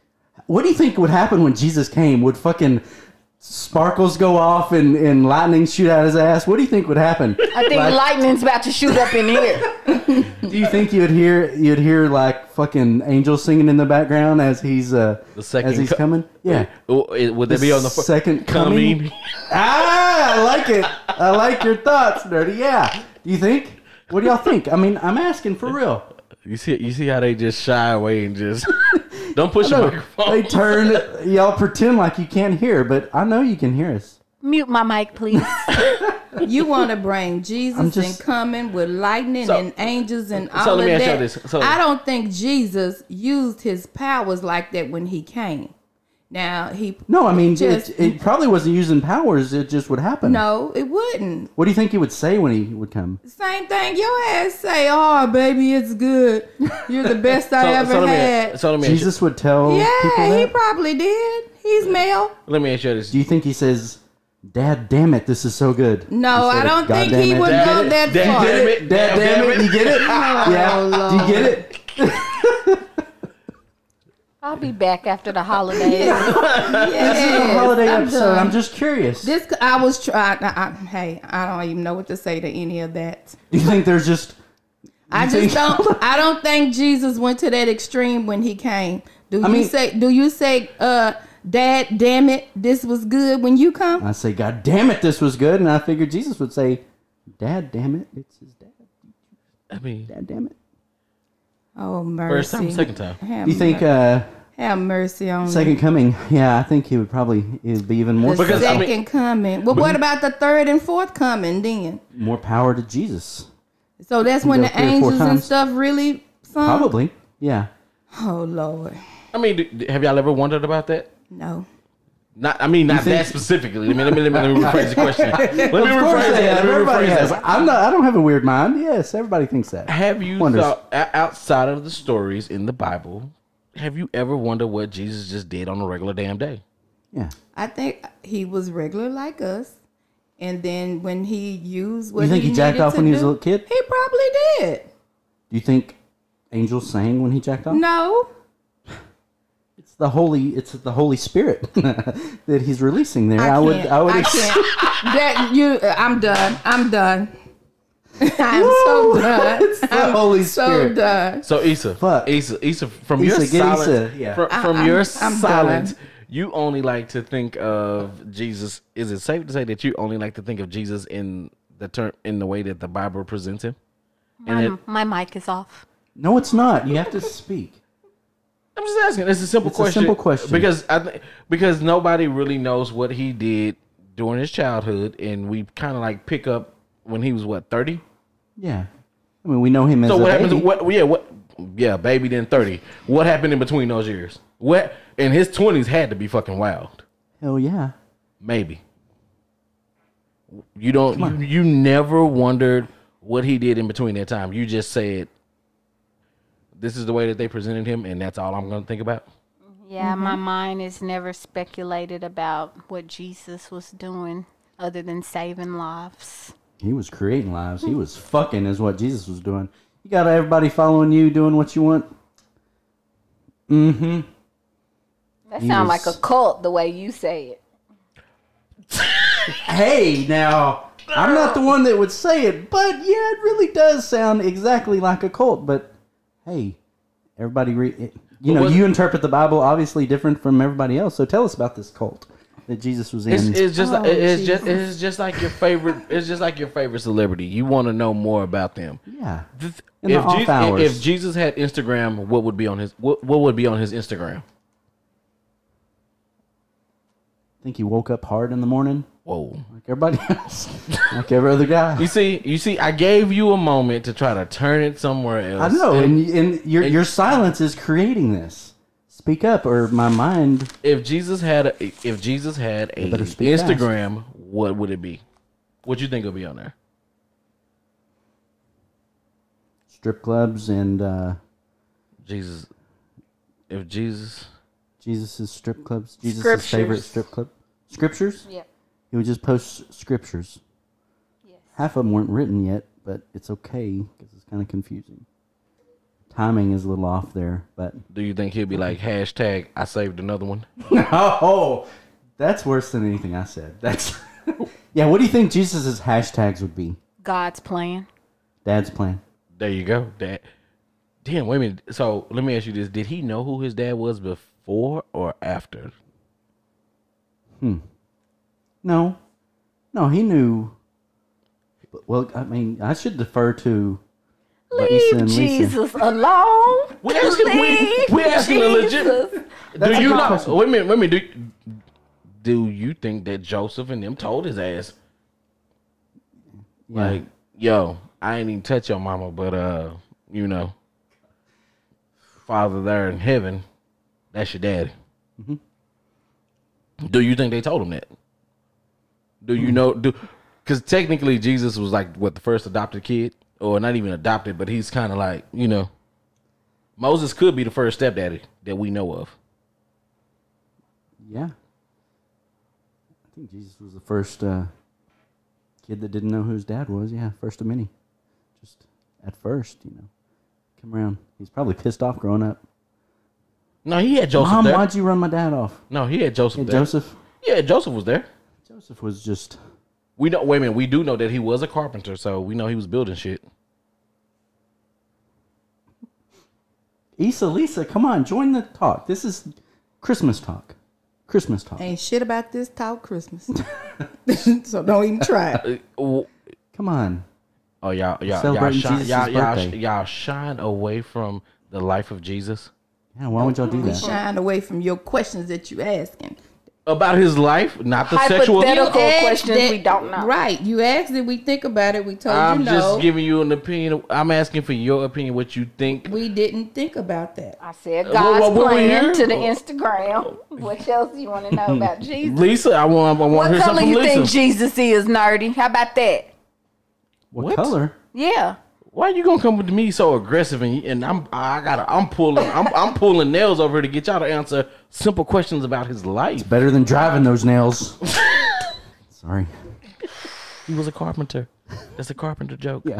D: What do you think would happen when Jesus came? Would fucking sparkles go off and, and lightning shoot out his ass? What do you think would happen?
B: I think lightning's about to shoot up in here.
D: Do you think you'd hear you'd hear like fucking angels singing in the background as he's uh
C: The second
D: as he's
C: co-
D: coming? Yeah.
C: Oh, it- Would they be on the fir-
D: second coming? ah, I like it. I like your thoughts, nerdy. Yeah. Do you think? What do y'all think? I mean, I'm asking for real.
C: You see, you see how they just shy away and just don't push the
D: No,
C: microphone.
D: they turn. Y'all pretend like you can't hear, but I know you can hear us.
B: Mute my mic, please.
A: You want to bring
D: I'm
A: Jesus
D: just-
A: and coming with lightning
C: So-
A: and angels and all
C: let me
A: of
C: ask y'all
A: that.
C: this. So-
A: I don't think Jesus used his powers like that when he came. Now he
D: No, I mean,
A: Just-
D: it, it probably wasn't using powers. It just would happen.
A: no, it wouldn't.
D: What do you think he would say when he would come?
A: Same thing. Your ass say, "Oh, baby, it's good. You're the best I
C: so,
A: ever
C: so let me,
A: had."
C: so let me, ask you,
D: Jesus would tell people
A: yeah,
D: that.
A: he probably did. He's male.
C: let me ask you this.
D: Do you think he says, "Dad, damn it, this is so good"?
A: No,
D: Instead
A: I
D: of,
A: don't
D: "God
A: think
D: damn
A: he
D: it."
A: would
D: Dad,
A: go that
C: Dad,
A: far.
C: damn it,
D: Dad, damn it, you get it? yeah, do you get it?
B: I'll be back after the holidays.
D: It's a
A: Yes,
D: holiday
A: I'm
D: episode.
A: done.
D: I'm just curious.
A: This I was trying. I, I, hey, I don't even know what to say to any of that.
D: do you think there's just
A: I
D: think-
A: just don't. I don't think Jesus went to that extreme when he came. Do you
D: mean-
A: say? Do you say, uh, Dad, damn it, this was good when you come?
D: I say, God damn it, this was good, and I figured Jesus would say, Dad, damn it, it's his dad.
C: I mean,
D: Dad, damn it.
A: Oh mercy!
C: first time, second time.
A: Oh, Have
D: Do you think
A: mer-
D: uh,
A: Have mercy on me.
D: Second coming. Yeah, I think he would probably it'd be even more
A: The
C: Because, I
A: second
C: mean-
A: coming. Well, what about the third and fourth coming then?
D: more power to Jesus.
A: So that's when
D: Go
A: the
D: three or four
A: angels and
D: times.
A: stuff really. Sung?
D: Probably. Yeah.
A: Oh Lord,
C: I mean, d- d- have y'all ever wondered about that?
A: no.
C: Not, I mean, not
D: think-
C: that specifically. Let me, let me, let me, let me rephrase the question. Let me
D: Of course
C: rephrase
D: I
C: that.
D: have.
C: Let me
D: Everybody
C: rephrase
D: has.
C: that.
D: I'm not. I don't have a weird mind. Yes, everybody thinks that.
C: Have you
D: Wonders.
C: thought o- outside of the stories in the Bible? Have you ever wondered what Jesus just did on a regular damn day?
D: Yeah.
A: I think he was regular like us, and then when he used what
D: You think he jacked
A: needed
D: off
A: to
D: when he was a
A: do-
D: little kid?
A: He probably did.
D: Do you think angels sang when he jacked off?
A: No,
D: It's the holy. It's the Holy Spirit that he's releasing there.
A: I,
D: I,
A: can't.
D: would. I would. ex-
A: can't. that you. uh, I'm done. I'm done. I'm so done.
D: It's the
A: I'm
D: Holy
A: So
D: Spirit.
A: done.
C: So Issa,
D: Fuck.
C: Issa, Issa, from
D: Issa,
C: your
D: get
C: silence,
D: Issa. Yeah.
C: fro-
A: I-
C: from,
A: I'm-
C: your
A: I'm
C: silence,
A: done.
C: you only like to think of Jesus. Is it safe to say that you only like to think of Jesus in the term in the way that the Bible presents him? And it,
B: My mic is off.
D: no, it's not. You have to speak.
C: I'm just asking. It's a simple
D: It's a
C: question.
D: simple question.
C: because I th- because nobody really knows what he did during his childhood, and we kind of like pick up when he was what thirty.
D: Yeah. I mean, we know him as
C: So
D: a
C: what
D: baby.
C: happens? What? Yeah. What? Yeah. Baby. Then thirty. What happened in between those years? What? And his twenties had to be fucking wild.
D: Hell yeah.
C: Maybe. You don't. You, you never wondered what he did in between that time. You just said, "This is the way that they presented him, and that's all I'm going to think about."
B: Yeah, my mind is never speculated about what Jesus was doing other than saving lives.
D: He was creating lives. He was fucking is what Jesus was doing. You got everybody following you, doing what you want.
B: That
D: He
B: sounds
D: was-
B: like a cult the way you say it.
D: Hey, now I'm not the one that would say it, but yeah, it really does sound exactly like a cult. But hey, everybody, re- it, you
C: But
D: know,
C: was-
D: you interpret the Bible obviously different from everybody else. So tell us about this cult that Jesus was in.
C: It's, it's just
A: Oh,
C: it's just it's just like your favorite it's just like your favorite celebrity. You want to know more about them.
D: yeah,
C: The th-
D: In the
C: if,
D: off
C: Jesus,
D: hours.
C: if Jesus had Instagram, what would be on his what, what would be on his Instagram?
D: think he woke up hard in the morning
C: Whoa.
D: like everybody else, like every other guy.
C: You see, you see, I gave you a moment to try to turn it somewhere
D: I
C: else.
D: know,
C: If,
D: and and your your silence is creating this. Speak up, or my mind.
C: if Jesus had a, if Jesus had a
D: better speak fast.
C: Instagram, what would it be? What you think would be on there?
D: strip clubs and uh,
C: Jesus, if Jesus,
D: Jesus's strip clubs. Jesus's
B: Scriptures.
D: favorite strip club. Scriptures.
B: Yep.
D: He would just post s- scriptures.
B: Yes.
D: Half of them weren't written yet, but it's okay because it's kind of confusing. Timing is a little off there, but
C: do you think he'd be like hashtag I saved another one?
D: oh, that's worse than anything I said. That's yeah. What do you think Jesus's hashtags would be?
B: God's plan.
D: Dad's plan.
C: There you go. Dad. Damn, wait a minute. So let me ask you this. Did he know who his dad was before or after?
D: No, no, he knew. But- Well, I mean, I should defer to. Lisa
B: Leave
D: and Lisa.
B: Jesus alone.
C: We're asking, we,
B: Leave
C: we're asking a legit.
B: Jesus.
C: Do
D: a good
C: you not?
D: question.
C: Wait a minute. Wait a minute. Do, do you think that Joseph and them told his ass,
D: Yeah.
C: like, yo, I ain't even touch your mama, but, uh, you know, Father there in heaven, that's your daddy?
D: Mm-hmm.
C: Do you think they told him that? Do you know? Do because technically Jesus was like what the first adopted kid, or not even adopted, but he's kind of like you know, Moses could be the first stepdaddy that we know of.
D: Yeah. I think Jesus was the first uh, kid that didn't know who his dad was. Yeah, first of many. Just at first, you know. Come around. He's probably pissed off growing up.
C: No, he had Joseph
D: Mom,
C: there.
D: why'd you run my dad off?
C: No, he had Joseph
D: Yeah,
C: there.
D: Joseph.
C: Yeah, Joseph was there.
D: Joseph was just.
C: We know. Wait a minute. We do know that he was a carpenter, so we know he was building shit.
D: Issa, Lisa, come on, join the talk. This is Christmas talk. Christmas talk.
A: Ain't shit about this talk Christmas. so don't even try it.
C: Uh, w-
D: Come on.
C: Oh y'all, y'all, y'all,
D: Celebrating
C: shine,
D: Jesus'
C: y'all, y'all,
D: birthday.
C: y'all shine away from the life of Jesus.
D: Yeah, why would y'all do
A: We
D: that?
A: shine away from your questions that you asking.
C: About his life, not the sexual.
E: Hypothetical. Ethical
A: asked
E: questions we don't know.
A: Right. You asked it, we think about it, we told
C: I'm
A: you no.
C: just giving you an opinion. I'm asking for your opinion, what you think.
A: we didn't think about that.
B: I said
C: wha-
B: God's
C: what Oh. we
B: plan
C: hear?
B: to the Instagram. What else do you want to know about Jesus?
C: Lisa, I want. I want
B: What
C: to hear
B: color
C: something
B: you
C: from
B: think
C: Lisa.
B: Jesus is, nerdy? How about that?
D: What,
C: What?
D: color?
B: Yeah.
C: Why you gonna come with me so aggressive and and I'm I gotta I'm pulling I'm I'm pulling nails over here to get y'all to answer simple questions about his life.
D: Better than driving those nails. Sorry.
C: He was a carpenter. That's a carpenter joke.
D: Yeah.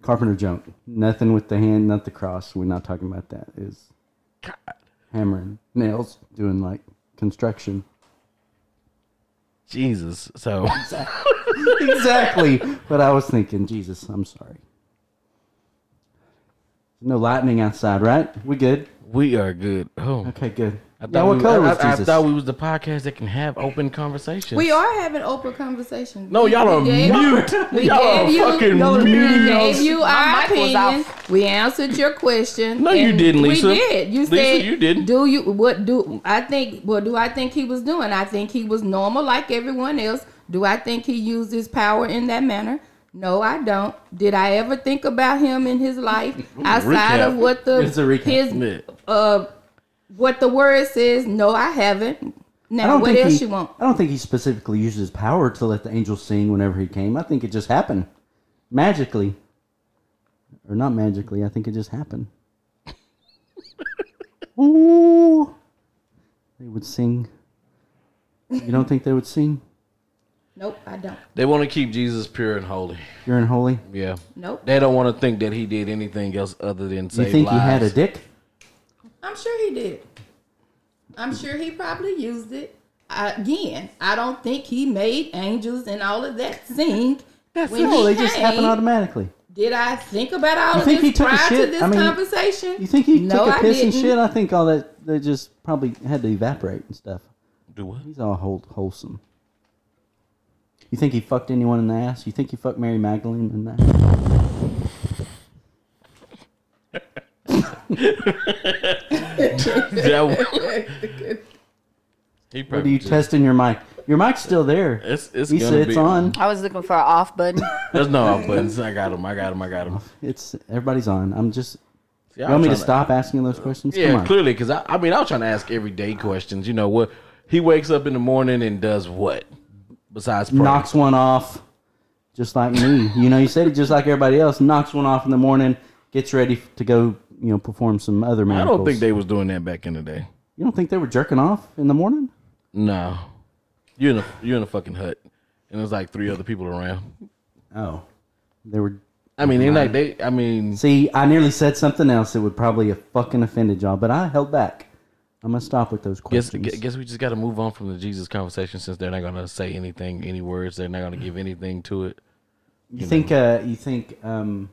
D: Carpenter junk. Nothing with the hand, not the cross. We're not talking about that. Is hammering nails, doing like construction.
C: Jesus. So
D: exactly what I was thinking. Jesus, I'm sorry. No lightning outside, right? We good?
C: we are good. Oh,
D: Okay, good. I
C: thought
D: what
C: we-
D: color
C: I-
D: was
C: I, I
D: Jesus?
C: thought we was the podcast that can have open conversations.
A: We are having open conversation.
C: No, y'all are
A: We gave-
C: mute.
A: We
C: y'all
A: gave
C: are
A: you,
C: fucking
A: no, we gave
C: mute.
A: you our
B: mic was
A: opinion. We answered your question.
C: No, you
A: and
C: didn't, Lisa.
A: We did. You
C: Lisa,
A: said
C: you didn't.
A: Do you what do I think? What do I think he was doing? I think he was normal like everyone else. Do I think he used his power in that manner? No, I don't. Did I ever think about him in his life outside
C: recap.
A: of what the
D: It's a recap.
A: his uh what the word says? No, I haven't.
D: I
A: Now,
D: don't
A: what
D: think
A: else
D: he,
A: you want?
D: I don't think he specifically used his power to let the angels sing whenever he came. I think it just happened magically, or not magically. I think it just happened. Ooh, they would sing. You don't think they would sing?
A: Nope, I don't.
C: They want to keep Jesus pure and holy.
D: You're in holy.
C: Yeah.
A: Nope.
C: They don't want to think that he did anything else other than
D: You
C: save
D: think he had a
C: lives.
D: dick?
A: I'm sure he did. I'm sure he probably used it. Again, I don't think he made angels and all of that sing. when
D: no,
A: he
D: they just happen
A: came.
D: automatically.
A: Did I think about all
D: You
A: of
D: think
A: this
D: he took a
A: prior to
D: shit?
A: this
D: I mean,
A: conversation?
D: You think he
A: No,
D: took a
A: I
D: piss and
A: didn't.
D: shit? I think all that they just probably had to evaporate and stuff.
C: Do what?
D: He's all whole, wholesome. You think he fucked anyone in the ass? You think he fucked Mary Magdalene in that?
C: That- he
D: Or do
C: probably
D: you
C: just-
D: testing your mic? Your mic's still there.
C: It's it's
D: Lisa,
C: gonna
D: it's
C: be
D: on.
B: I was looking for an off button.
C: There's no off buttons. I got him. I got him. I got him.
D: It's everybody's on. I'm just.
C: See, I
D: You want me to
C: was tryna-
D: stop asking those questions? Come
C: Yeah,
D: on.
C: clearly, because I, I mean, I was trying to ask everyday questions. You know what? He wakes up in the morning and does what? Besides pray.
D: knocks one off, just like me. you know, you said it just like everybody else. Knocks one off in the morning, gets ready to go. You know, perform some other
C: I
D: miracles.
C: don't think they was doing that back in the day.
D: You don't think they were jerking off in the morning?
C: No, you in a you in a fucking hut, and there's like three other people around.
D: Oh, they were.
C: I mean, they like they. I mean,
D: See, I nearly said something else that would probably have fucking offended y'all, but I held back. I'm gonna stop with those
C: guess
D: questions.
C: gu- guess we just got to move on from the Jesus conversation since they're not gonna say anything, any words. They're not gonna give anything to it.
D: you, think? Uh, you think? Um,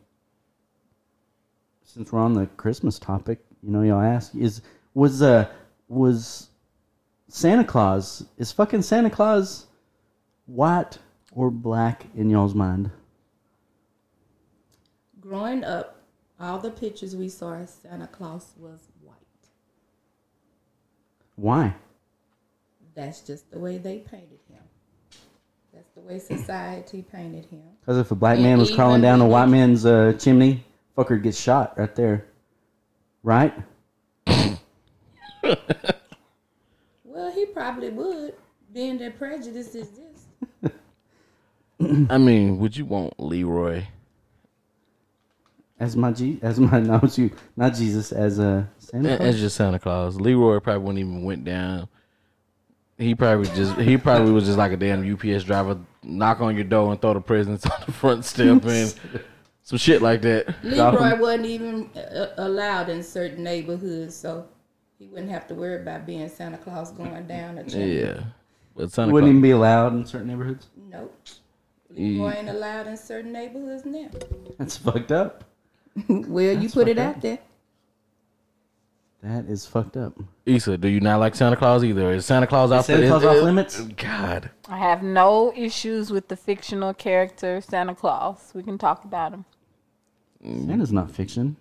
D: since we're on the Christmas topic, you know, y'all ask is was uh was Santa Claus is fucking Santa Claus white or black in y'all's mind?
A: Growing up, all the pictures we saw of Santa Claus was white.
D: Why?
A: That's just the way they painted him. That's the way society painted him.
D: Because if a black man was crawling down a white man's uh, chimney, fucker gets shot right there, right?
A: Well, he probably would, being that prejudice is this.
C: I mean, would you want Leroy?
D: As my G, as my not you, not Jesus, as a Santa. Claus?
C: It's just Santa Claus. Leroy probably wouldn't even went down. He probably just he probably was just like a damn UPS driver, knock on your door and throw the presents on the front step and some shit like that.
A: Leroy wasn't even uh, allowed in certain neighborhoods, so he wouldn't have to worry about being Santa Claus going down a chimney.
C: Yeah, but Santa
D: Wouldn't
C: Claus.
D: even be allowed in certain neighborhoods.
A: Nope. Leroy ain't allowed in certain neighborhoods now.
D: That's fucked up.
A: well, you put it out there.
D: That is fucked up.
C: Issa, do you not like Santa Claus either? Is Santa Claus off
D: Santa
C: is-
D: Claus off limits?
C: God,
B: I have no issues with the fictional character Santa Claus. We can talk about him.
D: Santa's not fiction.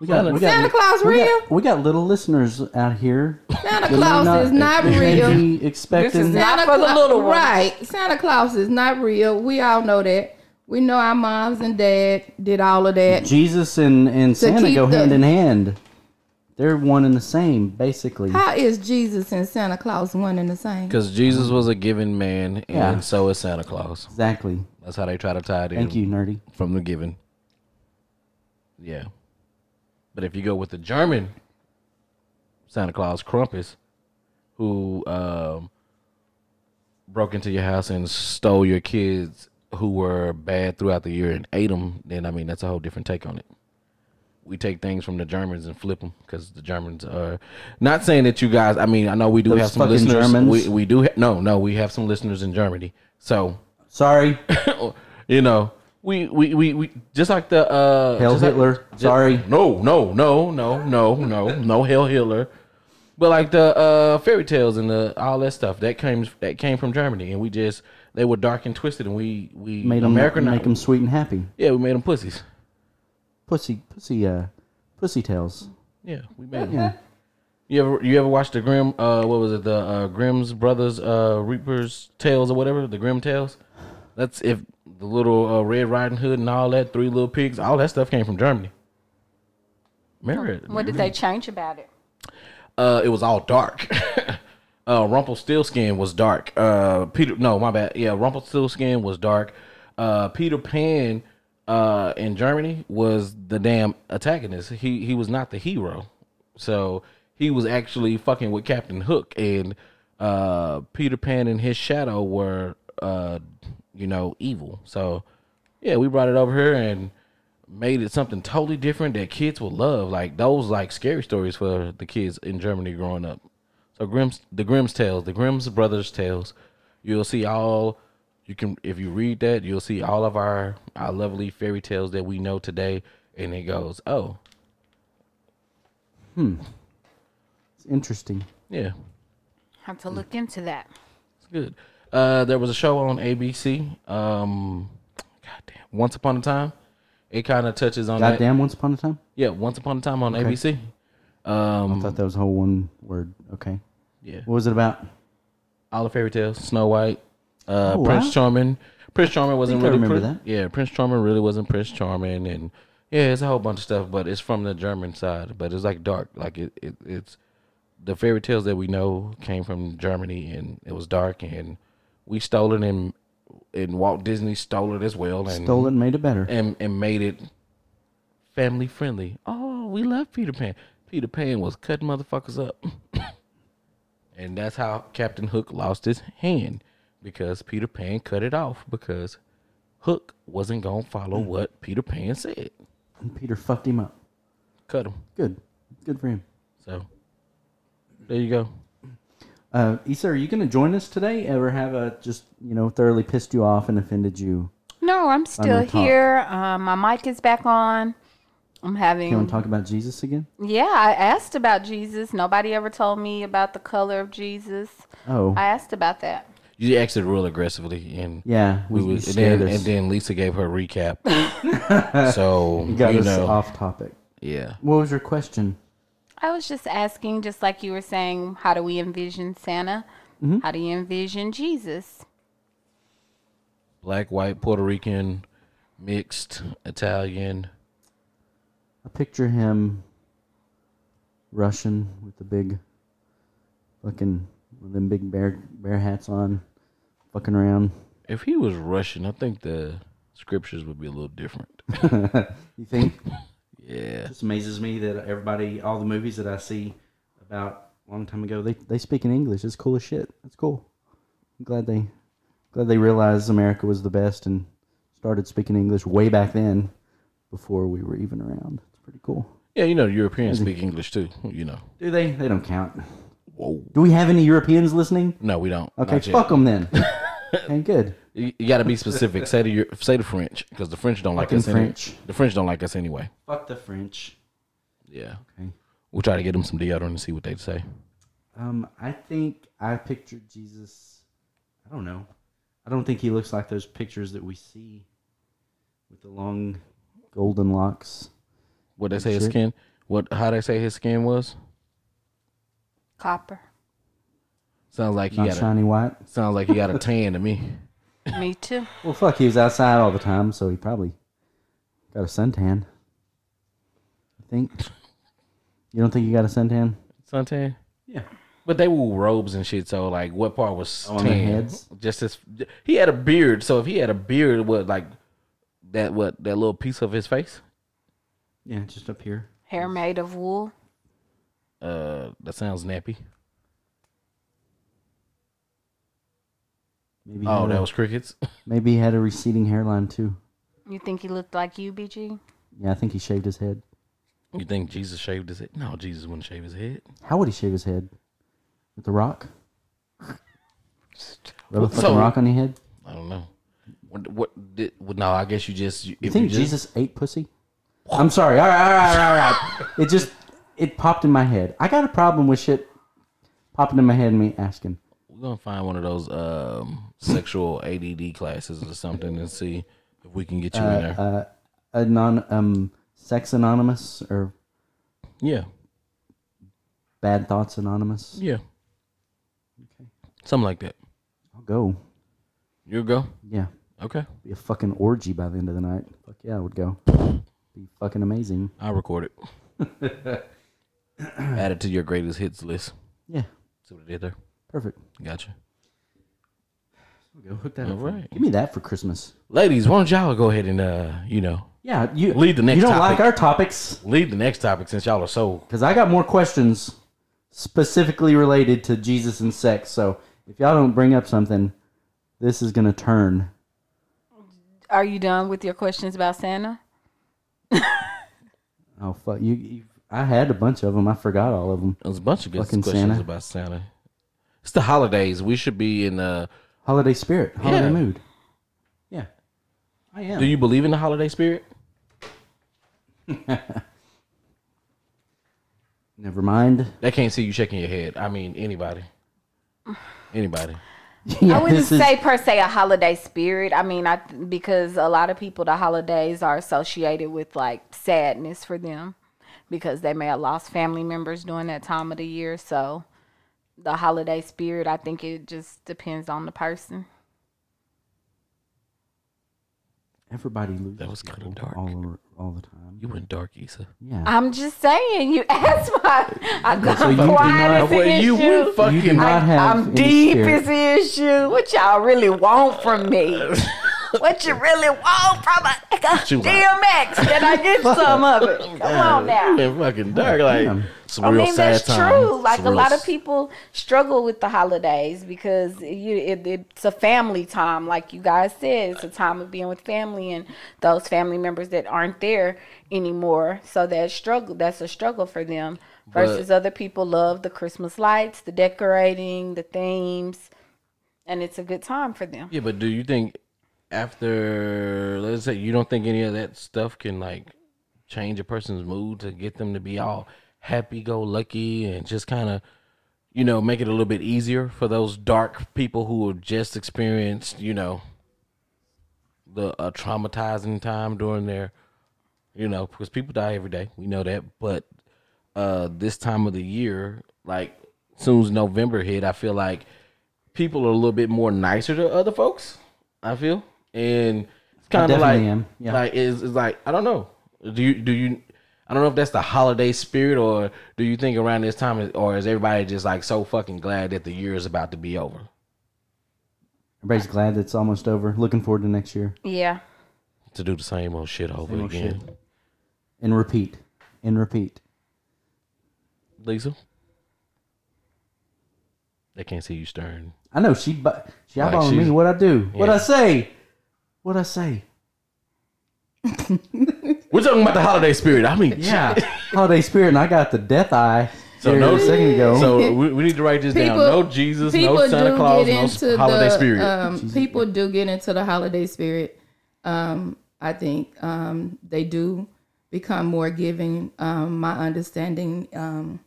D: We got, we
A: Mm.
D: got,
A: Santa Claus
D: we got-
A: real?
D: we got little listeners out here.
A: Santa
D: that may
A: Claus is not
D: may
A: real.
D: be expecting.
E: This is not-
A: Santa
E: for the
A: Cla-
E: little ones.
A: Right. Santa Claus is not real. We all know that. We know our moms and dad did all of that.
D: Jesus and, and Santa
A: keep
D: go
A: the-
D: hand in hand. They're one and the same, basically.
A: How is Jesus and Santa Claus one and the same?
C: Because Jesus was a given man, and
D: Yeah.
C: so is Santa Claus.
D: Exactly.
C: That's how they try to tie it in.
D: Thank you, nerdy.
C: From the given. Yeah. But if you go with the German Santa Claus Krampus, who um, broke into your house and stole your kids who were bad throughout the year and ate them, then I mean that's a whole different take on it. We take things from the Germans and flip them because the Germans are not saying that you guys. I mean, I know we do
D: Those
C: have some
D: fucking
C: listeners.
D: Germans.
C: We we do ha- no no we have some listeners in Germany. So
D: Sorry,
C: you know, we we we, we just like the uh
D: Hell
C: just like-
D: Hitler.
C: ju-
D: Sorry.
C: no, no, no, no, no, no, no Hell Hitler. But like the uh fairy tales and the all that stuff that came that came from Germany and we just they were dark and twisted and we we
D: made them
C: American
D: make them sweet and happy.
C: yeah we made them pussies
D: Pussy, pussy, uh, pussy tails.
C: yeah we made 'em. you ever you ever watched the Grimm uh what was it the uh, Grimm's brothers uh Reapers tales or whatever the Grimm tales that's if the little uh, Red Riding Hood and all that Three Little Pigs all that stuff came from Germany. Mary,
B: What did they change about it?
C: uh, it was all dark. uh, Rumpelstiltskin was dark. Uh, Peter, no, my bad. Yeah, Rumpelstiltskin was dark. Uh, Peter Pan, uh, in Germany was the damn antagonist. He he was not the hero, so he was actually fucking with Captain Hook, and uh, Peter Pan and his shadow were uh, you know, evil. So yeah, we brought it over here and made it something totally different that kids will love. Like those like scary stories for the kids in Germany growing up. So Grimm's the Grimm's tales, the Grimm's brothers tales. You'll see all you can if you read that, you'll see all of our our lovely fairy tales that we know today and it goes, "Oh,
D: It's interesting.
C: yeah,
B: Have to look into that.
C: it's good." Uh there was a show on ABC, um goddamn, Once Upon a Time. It kind of touches on that.
D: Goddamn! Once upon a time,
C: Yeah, Once Upon a Time on ABC.
D: I thought that was a whole one word. Okay,
C: Yeah.
D: what was it about?
C: all the fairy tales, Snow White, uh,
D: Oh, wow.
C: Prince Charming. Prince Charming wasn't
D: think I
C: really
D: remember
C: Prin- Yeah, Prince Charming really wasn't Prince Charming, and yeah, it's a whole bunch of stuff, but it's from the German side. But it's like dark, like it, it it's the fairy tales that we know came from Germany, and it was dark, and we stole it, and and Walt Disney stole it as well, and
D: Stole it and made it better.
C: and and made it family friendly. Oh, we love Peter Pan. Peter Pan was cutting motherfuckers up. and that's how Captain Hook lost his hand because Peter Pan cut it off because Hook wasn't going to follow what Peter Pan said.
D: And Peter fucked him up.
C: Cut him.
D: Good, good for him.
C: So there you go.
D: Uh, Issa, are you going to join us today? Ever have a just you know thoroughly pissed you off and offended you?
B: No, I'm still
D: gonna talk.
B: here. Uh, my mic is back on. I'm
D: You
B: having
D: want to talk about Jesus again?
B: Yeah, I asked about Jesus. Nobody ever told me about the color of Jesus.
D: Oh,
B: I asked about that.
C: You acted real aggressively and
D: yeah.
C: we
D: you
C: was and
D: scared
C: then,
D: us.
C: and then Lisa gave her recap. so
D: got
C: you
D: us
C: know,
D: off topic.
C: yeah.
D: What was your question?
B: I was just asking, just like you were saying, how do we envision Santa?
D: Mm-hmm.
B: How do you envision Jesus?
C: black, white, Puerto Rican, mixed, Italian.
D: I picture him Russian with the big fucking with them big bear bear hats on, fucking around.
C: If he was Russian, I think the scriptures would be a little different.
D: You think?
C: yeah.
D: just amazes me that everybody, all the movies that I see about a long time ago, they, they speak in English. It's cool as shit. It's cool. I'm glad they glad they realized America was the best and started speaking English way back then, before we were even around. It's pretty cool.
C: Yeah, you know, Europeans speak English too, you know.
D: Do they? They don't count.
C: Whoa.
D: Do we have any Europeans listening?
C: No, we don't.
D: Okay,
C: Not yet.
D: fuck them then. and good.
C: You, you got to be specific. say the Eu- say the French because the French don't like
D: Fucking
C: us. any-
D: French.
C: the French don't like us anyway.
D: Fuck the French.
C: Yeah.
D: Okay.
C: We'll try to get them some deodorant and see what they say.
D: Um, I think I pictured Jesus. I don't know. I don't think he looks like those pictures that we see with the long golden locks
C: What they say his skin? What? How they say his skin was?
B: Copper.
C: Sounds like he
D: Not
C: got. A,
D: shiny white.
C: sounds like he got a tan to me.
B: Me too.
D: Well, fuck, he was outside all the time, so he probably got a suntan. I think. You don't think you got a suntan?
C: Suntan.
D: Yeah.
C: But they wore robes and shit. So like, what part was
D: On
C: tan?
D: their heads?
C: Just his. He had a beard. So if he had a beard, what like that? What that little piece of his face?
D: Yeah, just up here.
B: Hair made of wool.
C: Uh, that sounds nappy.
D: Maybe he
C: Oh,
D: had a-
C: that was crickets.
D: maybe he had a receding hairline too.
B: You think he looked like you, BG?
D: Yeah, I think he shaved his head.
C: You think Jesus shaved his head? No, Jesus wouldn't shave his head.
D: How would he shave his head? With the rock? Rub a fucking
C: So-
D: rock on your head?
C: I don't know. What? What? Did, well, no, I guess you just.
D: You think Jesus ate pussy? I'm sorry. All right, all right, all right, all right. it just it popped in my head. I got a problem with shit popping in my head and me asking.
C: We're gonna find one of those um, sexual ADD classes or something and see if we can get you in there.
D: A non Uh, um sex anonymous or
C: yeah,
D: bad thoughts anonymous?
C: yeah. Something like that.
D: I'll go.
C: You go.
D: Yeah.
C: Okay,
D: Be a fucking orgy by the end of the night. Fuck yeah, I would go. Be fucking amazing.
C: I'll record it. Add it to your greatest hits list.
D: Yeah.
C: See what I did there.
D: Perfect.
C: Gotcha.
D: Go hook that
C: All right,
D: Give me that for Christmas.
C: ladies. Why don't y'all go ahead and uh, you know,
D: Yeah, you
C: Lead the next
D: You don't
C: topic.
D: like our topics
C: lead the next topic since y'all are so
D: because I got more questions specifically related to Jesus and sex. So if y'all don't bring up something, this is gonna turn.
B: Are you done with your questions about Santa?
D: Oh fuck you! you I had a bunch of them. I forgot all of them.
C: There's a bunch of good
D: Fucking
C: questions
D: Santa.
C: about Santa. It's the holidays. We should be in. Uh,
D: Holiday spirit, holiday
C: Yeah.
D: mood. Yeah, I am.
C: do you believe in the holiday spirit?
D: Never mind.
C: They can't see you shaking your head. I mean, anybody, anybody.
D: Yeah,
B: I wouldn't
D: this is-
B: say per se a holiday spirit. I mean, I because a lot of people the holidays are associated with like sadness for them because they may have lost family members during that time of the year. So the holiday spirit, I think it just depends on the person.
D: everybody loses.
C: That was kinda
D: people
C: dark.
D: All over, all the time.
C: You went dark, Issa.
D: Yeah.
B: I'm just saying. You asked my. I got
D: so you do
B: quiet
D: not-
B: as an issue.
D: you do not have
B: I'm
D: any
B: deep
D: spirit.
B: as an issue. What y'all really want from me? what you really want from a
C: She
B: nigga?
C: was-
B: DMX? Can I get some of it? Come on
C: You
B: now.
C: went fucking dark. Like
D: Damn.
C: it's a
B: I
C: real
B: mean,
C: sad
B: that's
C: time.
B: true. Like
C: It's
B: a
C: real
B: lot of
C: s-
B: people struggle with the holidays because you, it, it's a family time, like you guys said. It's a time of being with family and those family members that aren't there anymore. So that struggle, that's a struggle for them. Versus other people love the Christmas lights, the decorating, the themes, and it's a good time for them.
C: Yeah, but do you think after let's say you don't think any of that stuff can like change a person's mood to get them to be all happy go lucky and just kind of you know make it a little bit easier for those dark people who have just experienced you know the uh, traumatizing time during their you know because people die every day we know that but uh this time of the year like soon as november hit i feel like people are a little bit more nicer to other folks i feel and it's kind of like
D: definitely am, yeah.
C: like it's, it's like i don't know do you do you i don't know if that's the holiday spirit or do you think around this time or is everybody just like so fucking glad that the year is about to be over
D: Everybody's glad it's almost over. Looking forward to next year
B: Yeah.
C: to do the same old shit over
D: Same old
C: again
D: and repeat and repeat.
C: Lisa. They can't see you staring.
D: I know she bu- she
C: Like,
D: eyeballing
C: she's-
D: me. What I do? What
C: Yeah.
D: I say? What I say?
C: We're talking about the holiday spirit. I mean,
D: Yeah, holiday spirit, and I got the death eye
C: So
D: there
C: no-
D: a second ago.
C: So we, we need to write this
A: People-
C: down. No Jesus, no Santa Claus, no s- holiday spirit.
A: Um, people do get into the holiday spirit. Um, I think um, they do become more giving. Um, my understanding um,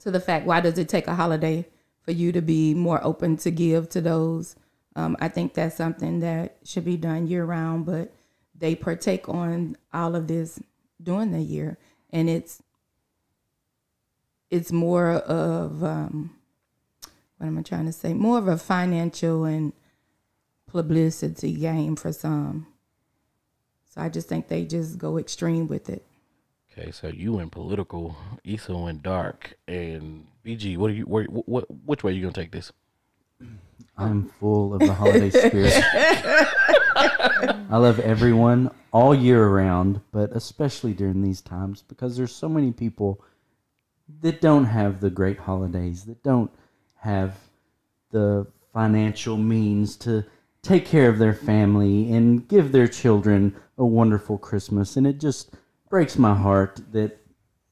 A: to the fact why does it take a holiday for you to be more open to give to those? Um, I think that's something that should be done year round, but they partake on all of this during the year, and it's it's more of um, what am I trying to say? More of a financial and publicity game for some. So I just think they just go extreme with it.
C: Okay, so you went political, Issa went dark, and BG, what are you? Where, what, which way are you gonna take this?
D: I'm full of the holiday spirit. I love everyone all year around, but especially during these times because there's so many people that don't have the great holidays, that don't have the financial means to take care of their family and give their children a wonderful Christmas. And it just breaks my heart that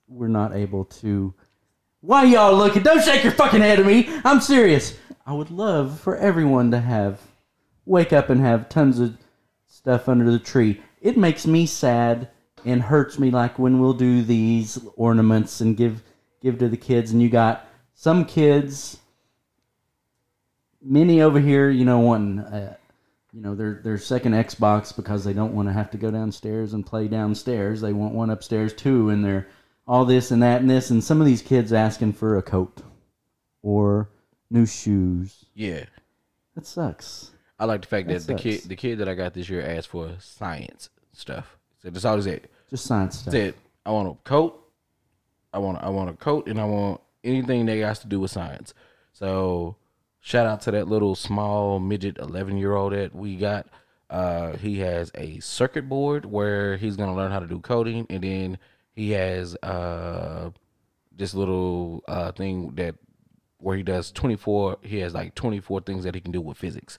D: we're not able to why y'all looking? Don't shake your fucking head at me. I'm serious. I would love for everyone to have wake up and have tons of stuff under the tree. It makes me sad and hurts me like when we'll do these ornaments and give give to the kids and you got some kids many over here, you know, wanting uh, you know, their their second Xbox because they don't want to have to go downstairs and play downstairs. They want one upstairs too, and they're all this and that and this. And some of these kids asking for a coat or new shoes.
C: Yeah,
D: That sucks.
C: I like the fact that, the
D: That
C: kid,
D: sucks.
C: the kid that I got this year asked for science stuff. So that's all he said.
D: Just science stuff.
C: Said I want a coat, I want I want a coat, and I want anything that has to do with science. So shout out to that little small midget eleven year old that we got. Uh, he has a circuit board where he's gonna learn how to do coding, and then he has uh this little uh thing that where he does 24 he has like 24 things that he can do with physics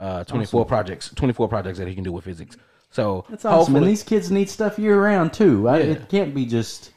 C: uh 24 projects 24 projects that he can do with physics so
D: That's awesome. And
C: hopefully
D: these kids need stuff year round too. I, it can't be just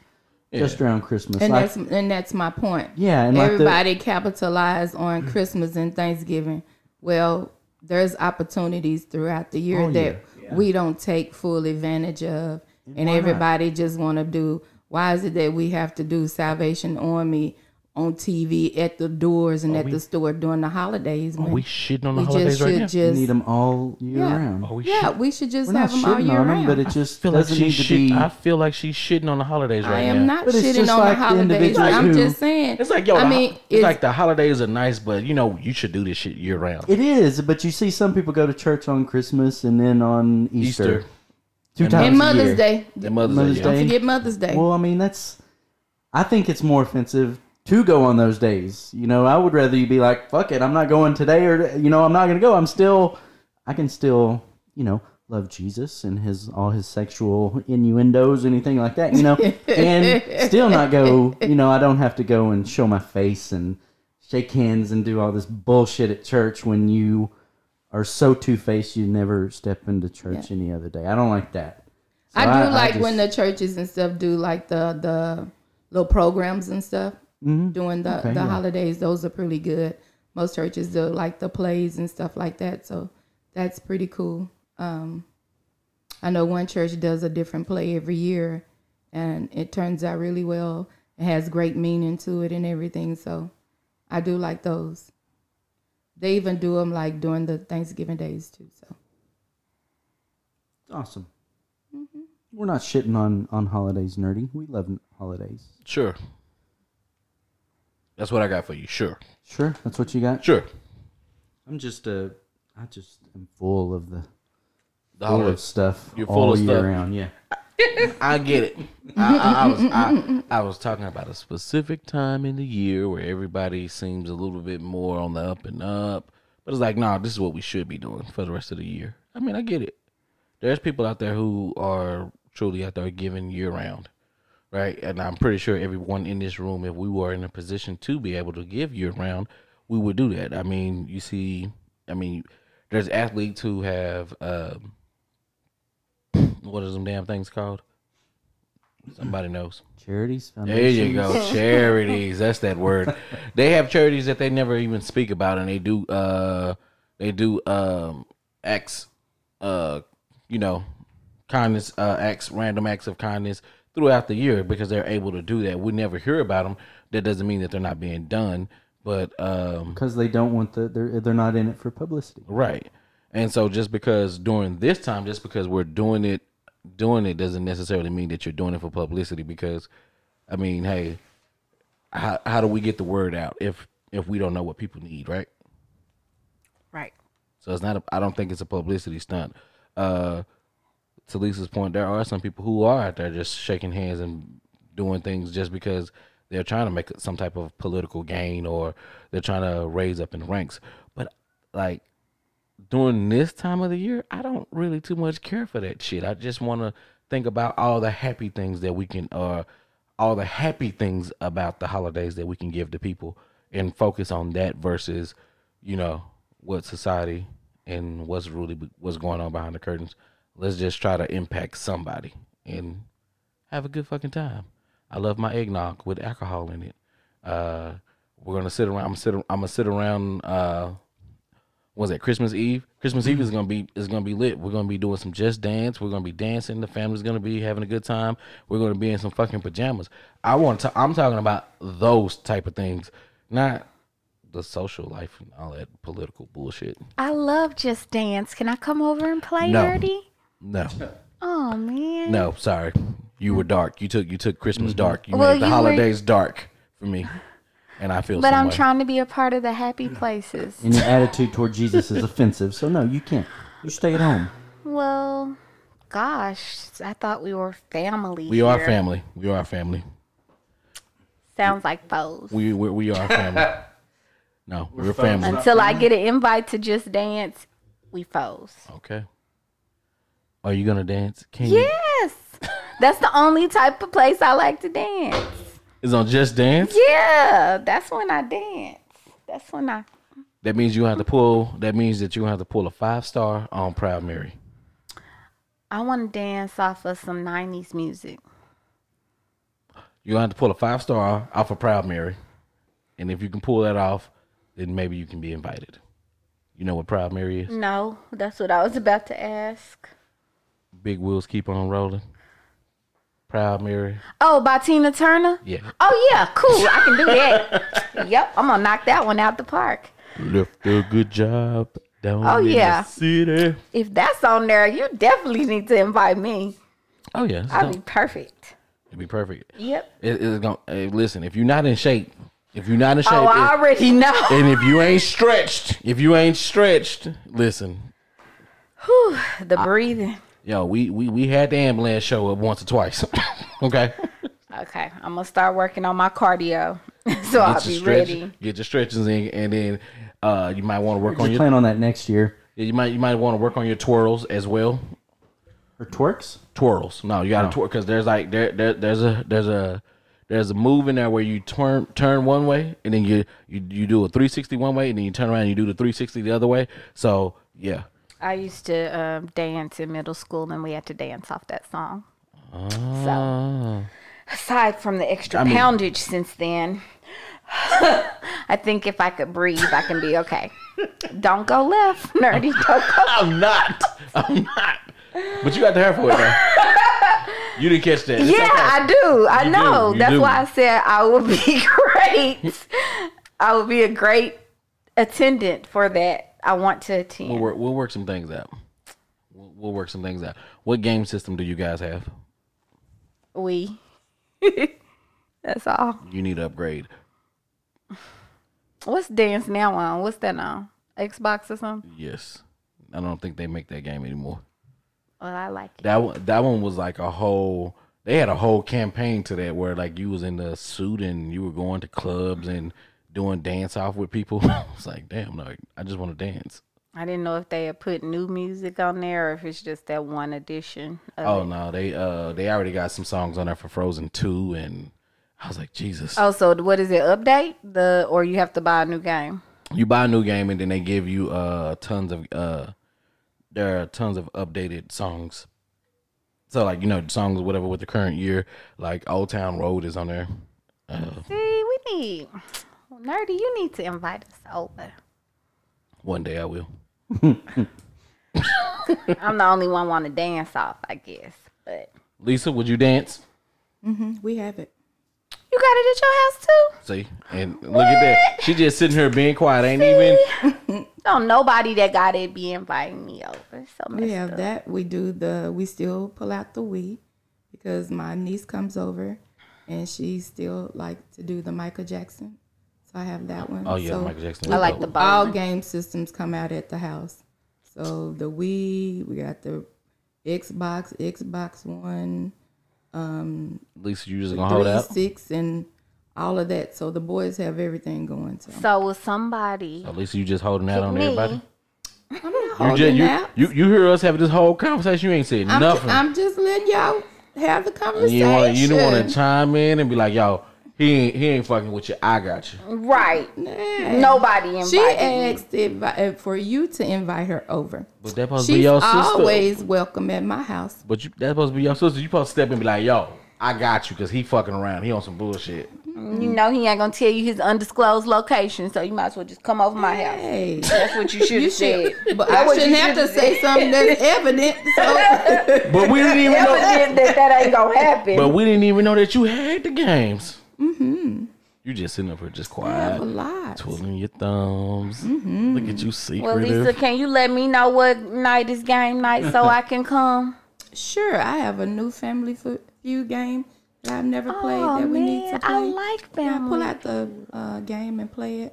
D: just around Christmas.
A: And
D: Like-
A: that's and that's my point.
D: Yeah, and like the-
A: everybody capitalized on Christmas and Thanksgiving. Well, there's opportunities throughout the year
D: Oh,
A: that we don't take full advantage of, and everybody just want to do. Why is it that we have to do Salvation Army on TV at the doors and at the store during the holidays?
C: are
A: when
C: we shitting on the
A: we
C: holidays
A: just
C: right
A: should
C: now
D: we
A: just
D: need them all year
A: Yeah.
D: round.
C: Are we
A: yeah,
C: shit-
A: Oh, we should just
D: We're
A: have
D: not
A: them all
D: shitting
A: year
D: on them,
A: round.
D: but it just
C: I feel like
D: doesn't
C: she's
D: need to be.
C: shitting. I feel like she's shitting on the holidays right
A: I am
C: now.
A: not
D: But it's
A: shitting
D: just
A: on
D: like the
A: the holidays.
D: individuals
A: I'm
D: who-
A: just saying.
C: It's like yo,
A: I
C: the-
A: mean,
C: it's, like the holidays are nice, but you know you should do this shit year round.
D: It is, but you see some people go to church on Christmas and then on Easter,
C: Easter,
D: two
C: And
D: times
A: and
D: a
A: Mother's
D: year.
A: Day.
C: and Mother's,
D: Mother's
C: Day.
A: Don't
D: Day.
A: forget Mother's Day.
D: Well, I mean that's. I think it's more offensive to go on those days. You know, I would rather you be like, "Fuck it, I'm not going today," or you know, I'm not going to go. I'm still, I can still, you know, love Jesus and his all his sexual innuendos, anything like that. You know, and still not go. You know, I don't have to go and show my face and shake hands and do all this bullshit at church when you are so two faced you never step into church any other day. I don't like that. So
A: I do like
D: just-
A: when the churches and stuff do like the the little programs and stuff during the the holidays. Those are pretty good. Most churches do like the plays and stuff like that, so that's pretty cool. Um, I know one church does a different play every year, and it turns out really well. It has great meaning to it and everything, so I do like those. They even do them like during the Thanksgiving days too. So
D: Awesome. We're not shitting on on holidays, nerdy. We love holidays.
C: Sure, that's what I got for you. Sure,
D: Sure, that's what you got.
C: sure.
D: I'm just uh, I just am full of the full
C: The
D: of
C: holidays.
D: stuff
C: You're full
D: all
C: of
D: year
C: stuff.
D: round. Yeah.
C: I get it. I, I, I was I, I was talking about a specific time in the year where everybody seems a little bit more on the up and up, but it's like, nah, this is what we should be doing for the rest of the year. I mean, I get it. There's people out there who are truly out there giving year round, right? And I'm pretty sure everyone in this room, if we were in a position to be able to give year round, we would do that. I mean, you see, I mean, there's athletes who have um, what are them damn things called? Somebody knows.
D: Charities.
C: There you
D: foundations.
C: go. charities. That's that word. They have charities that they never even speak about and they do uh they do um acts uh you know kindness uh acts random acts of kindness throughout the year because they're able to do that. We never hear about them. That doesn't mean that they're not being done, but um
D: Because they don't want the they're they're not in it for publicity.
C: Right. And so just because during this time, just because we're doing it doing it doesn't necessarily mean that you're doing it for publicity because I mean, hey, how how do we get the word out if if we don't know what people need, right?
B: Right.
C: So it's not. A, I don't think it's a publicity stunt. Uh, to Lisa's point, there are some people who are out there just shaking hands and doing things just because they're trying to make some type of political gain or they're trying to raise up in the ranks. But like during this time of the year, I don't really too much care for that shit. I just want to think about all the happy things that we can, uh, all the happy things about the holidays that we can give to people and focus on that versus, you know, what society and what's really what's going on behind the curtains. Let's just try to impact somebody and have a good fucking time. I love my eggnog with alcohol in it. Uh, we're gonna sit around. I'm sit. I'm gonna sit around. Uh, was that Christmas Eve? Christmas Eve is gonna be is gonna be lit. We're gonna be doing some just dance. We're gonna be dancing. The family's gonna be having a good time. We're gonna be in some fucking pajamas. I want to. I'm talking about those type of things, not the social life and all that political bullshit.
B: I love Just Dance. Can I come over and play
C: No.
B: dirty?
C: No,
B: Oh man.
C: no, sorry. You were dark. You took you took Christmas dark. You
B: Well,
C: made the
B: you were-
C: holidays dark for me, and I feel.
B: But
C: some
B: I'm
C: way.
B: trying to be a part of the happy places.
D: And your attitude toward Jesus is offensive. So no, you can't. You stay at home.
B: Well, gosh, I thought we were family.
C: We are
B: here.
C: family. We are family.
B: Sounds like foes.
C: We we, we are family. No, we're, family.
B: Until I get an invite to Just Dance, we foes.
C: Okay. Are you gonna dance? Can you?
B: Yes. That's the only type of place I like to dance.
C: It's on Just Dance.
B: Yeah, that's when I dance. That's when I.
C: That means you have to pull. That means that you have to pull a five star on Proud Mary.
B: I want to dance off of some 90s music.
C: You have to pull a five star off of Proud Mary, and if you can pull that off, then maybe you can be invited. You know what Proud Mary is?
B: No, that's what I was about to ask.
C: Big wheels keep on rolling. Proud Mary.
B: Oh, by Tina Turner?
C: Yeah.
B: Oh, yeah, cool. I can do that. yep, I'm going to knock that one out the park.
C: Left a good job down
B: Oh,
C: in
B: yeah.
C: the city.
B: If that's on there, you definitely need to invite me.
C: Oh yeah. it's
B: I'll
C: gonna-
B: be perfect.
C: It'd be perfect.
B: Yep.
C: It, it's gonna hey, listen. If you're not in shape, if you're not in shape,
B: Oh, I
C: if-
B: already know.
C: and if you ain't stretched, if you ain't stretched, listen,
B: Whew, the breathing.
C: yo, we we we had the ambulance show up once or twice. okay,
B: Okay, I'm gonna start working on my cardio, so I'll be
C: stretch-
B: ready.
C: Get your stretches in, and then uh, you might want to work on
D: Just
C: your
D: plan on that next year.
C: you might you might want to work on your twirls as well.
D: Or twerks?
C: twirls. No, you gotta twirl because there's like there, there there's a there's a there's a move in there where you turn turn one way and then you you you do a 360 one way and then you turn around and you do the 360 the other way. So yeah,
B: I used to um, dance in middle school, and we had to dance off that song. So, aside from the extra poundage since then, I think if I could breathe, I can be okay. don't go left, nerdy. Don't go.
C: I'm not, I'm not. But you got the hair for it. Though. you didn't catch that. It's
B: Yeah, I do. I
C: You do,
B: know.
C: you
B: That's
C: do.
B: why I said I would be great. I would be a great attendant for that. I want to attend.
C: We'll work, we'll work some things out. We'll, we'll work some things out. What game system do you guys have?
B: We. That's all.
C: You need to upgrade.
B: What's dance now on? What's that on? Xbox or something?
C: Yes, I don't think they make that game anymore.
B: Well, I like it.
C: That one, that one was like a whole. They had a whole campaign to that where like you was in the suit and you were going to clubs and doing dance off with people. it's like, damn, no, I just want to dance.
B: I didn't know if they had put new music on there or if it's just that one edition. Of
C: Oh
B: it.
C: no, they uh they already got some songs on there for Frozen Two, and I was like, Jesus,
B: Oh, so what is it? Update the or you have to buy a new game?
C: you buy a new game and then they give you uh tons of uh there are tons of updated songs. So like you know songs whatever with the current year, like Old Town Road is on there. Uh,
B: See, we need nerdy. You need to invite us over.
C: One day I will.
B: I'm the only one want to dance off, I guess. But
C: Lisa, would you dance?
A: We have it.
B: you You got it at your house too?
C: See, and look at that. She just sitting here being quiet. Ain't even.
B: Don't nobody that got it be inviting me over. So
A: We
B: messed
A: have
B: up.
A: that. We do the. We still pull out the we, because my niece comes over, and she still like to do the Michael Jackson. So I have that one.
C: Oh yeah,
A: so
C: Michael Jackson.
B: I like the
A: All
B: ball.
A: game systems come out at the house. So the Wii, we got the Xbox, Xbox One,
C: Lisa, you just gonna hold
A: three,
C: out.
A: six, and all of that. So the boys have everything going. So
B: So will somebody
C: At least Oh, you just holding out
B: pick
C: on
B: me?
C: everybody.
A: I'm not
C: You,
A: holding
C: just, you,
A: out.
C: you you hear us having this whole conversation. You ain't said
A: Oh, I'm,
C: nothing.
A: ju- I'm just letting y'all have the conversation.
C: you want you don't want to chime in and be like, yo, he ain't he ain't fucking with you. I got you.
B: Right.
A: Nah.
B: Nobody invited
A: She
B: me.
A: asked if- for you to invite her over.
C: But that supposed to be
A: She's
C: your sister.
A: always welcome at my house.
C: But you, that's supposed to be your sister. You supposed to step in and be like, yo, I got you, cause he fucking around. He on some bullshit.
B: You know he ain't gonna tell you his undisclosed location, so you might as well just come over my house.
A: Hey,
B: That's what you
A: you
B: should have
A: should.
B: said.
A: But
B: That's
A: I
B: what
A: shouldn't
B: you
A: have to
B: should've
A: say
B: said.
A: something that's evident. So
C: But we didn't even know.
E: Evident that that ain't gonna happen.
C: But we didn't even know that you had the games. Mm-hmm. You just sitting up here just
A: have a
C: quiet,
A: lot.
C: twiddling your thumbs. Look at you secretive.
B: Well, Lisa, can you let me know what night is game night so I can come?
A: Sure, I have a new family fu- feud game that I've never played
B: oh,
A: that we
B: man,
A: need to play.
B: I like
A: Can I pull
B: family.
A: out the uh, game and play it.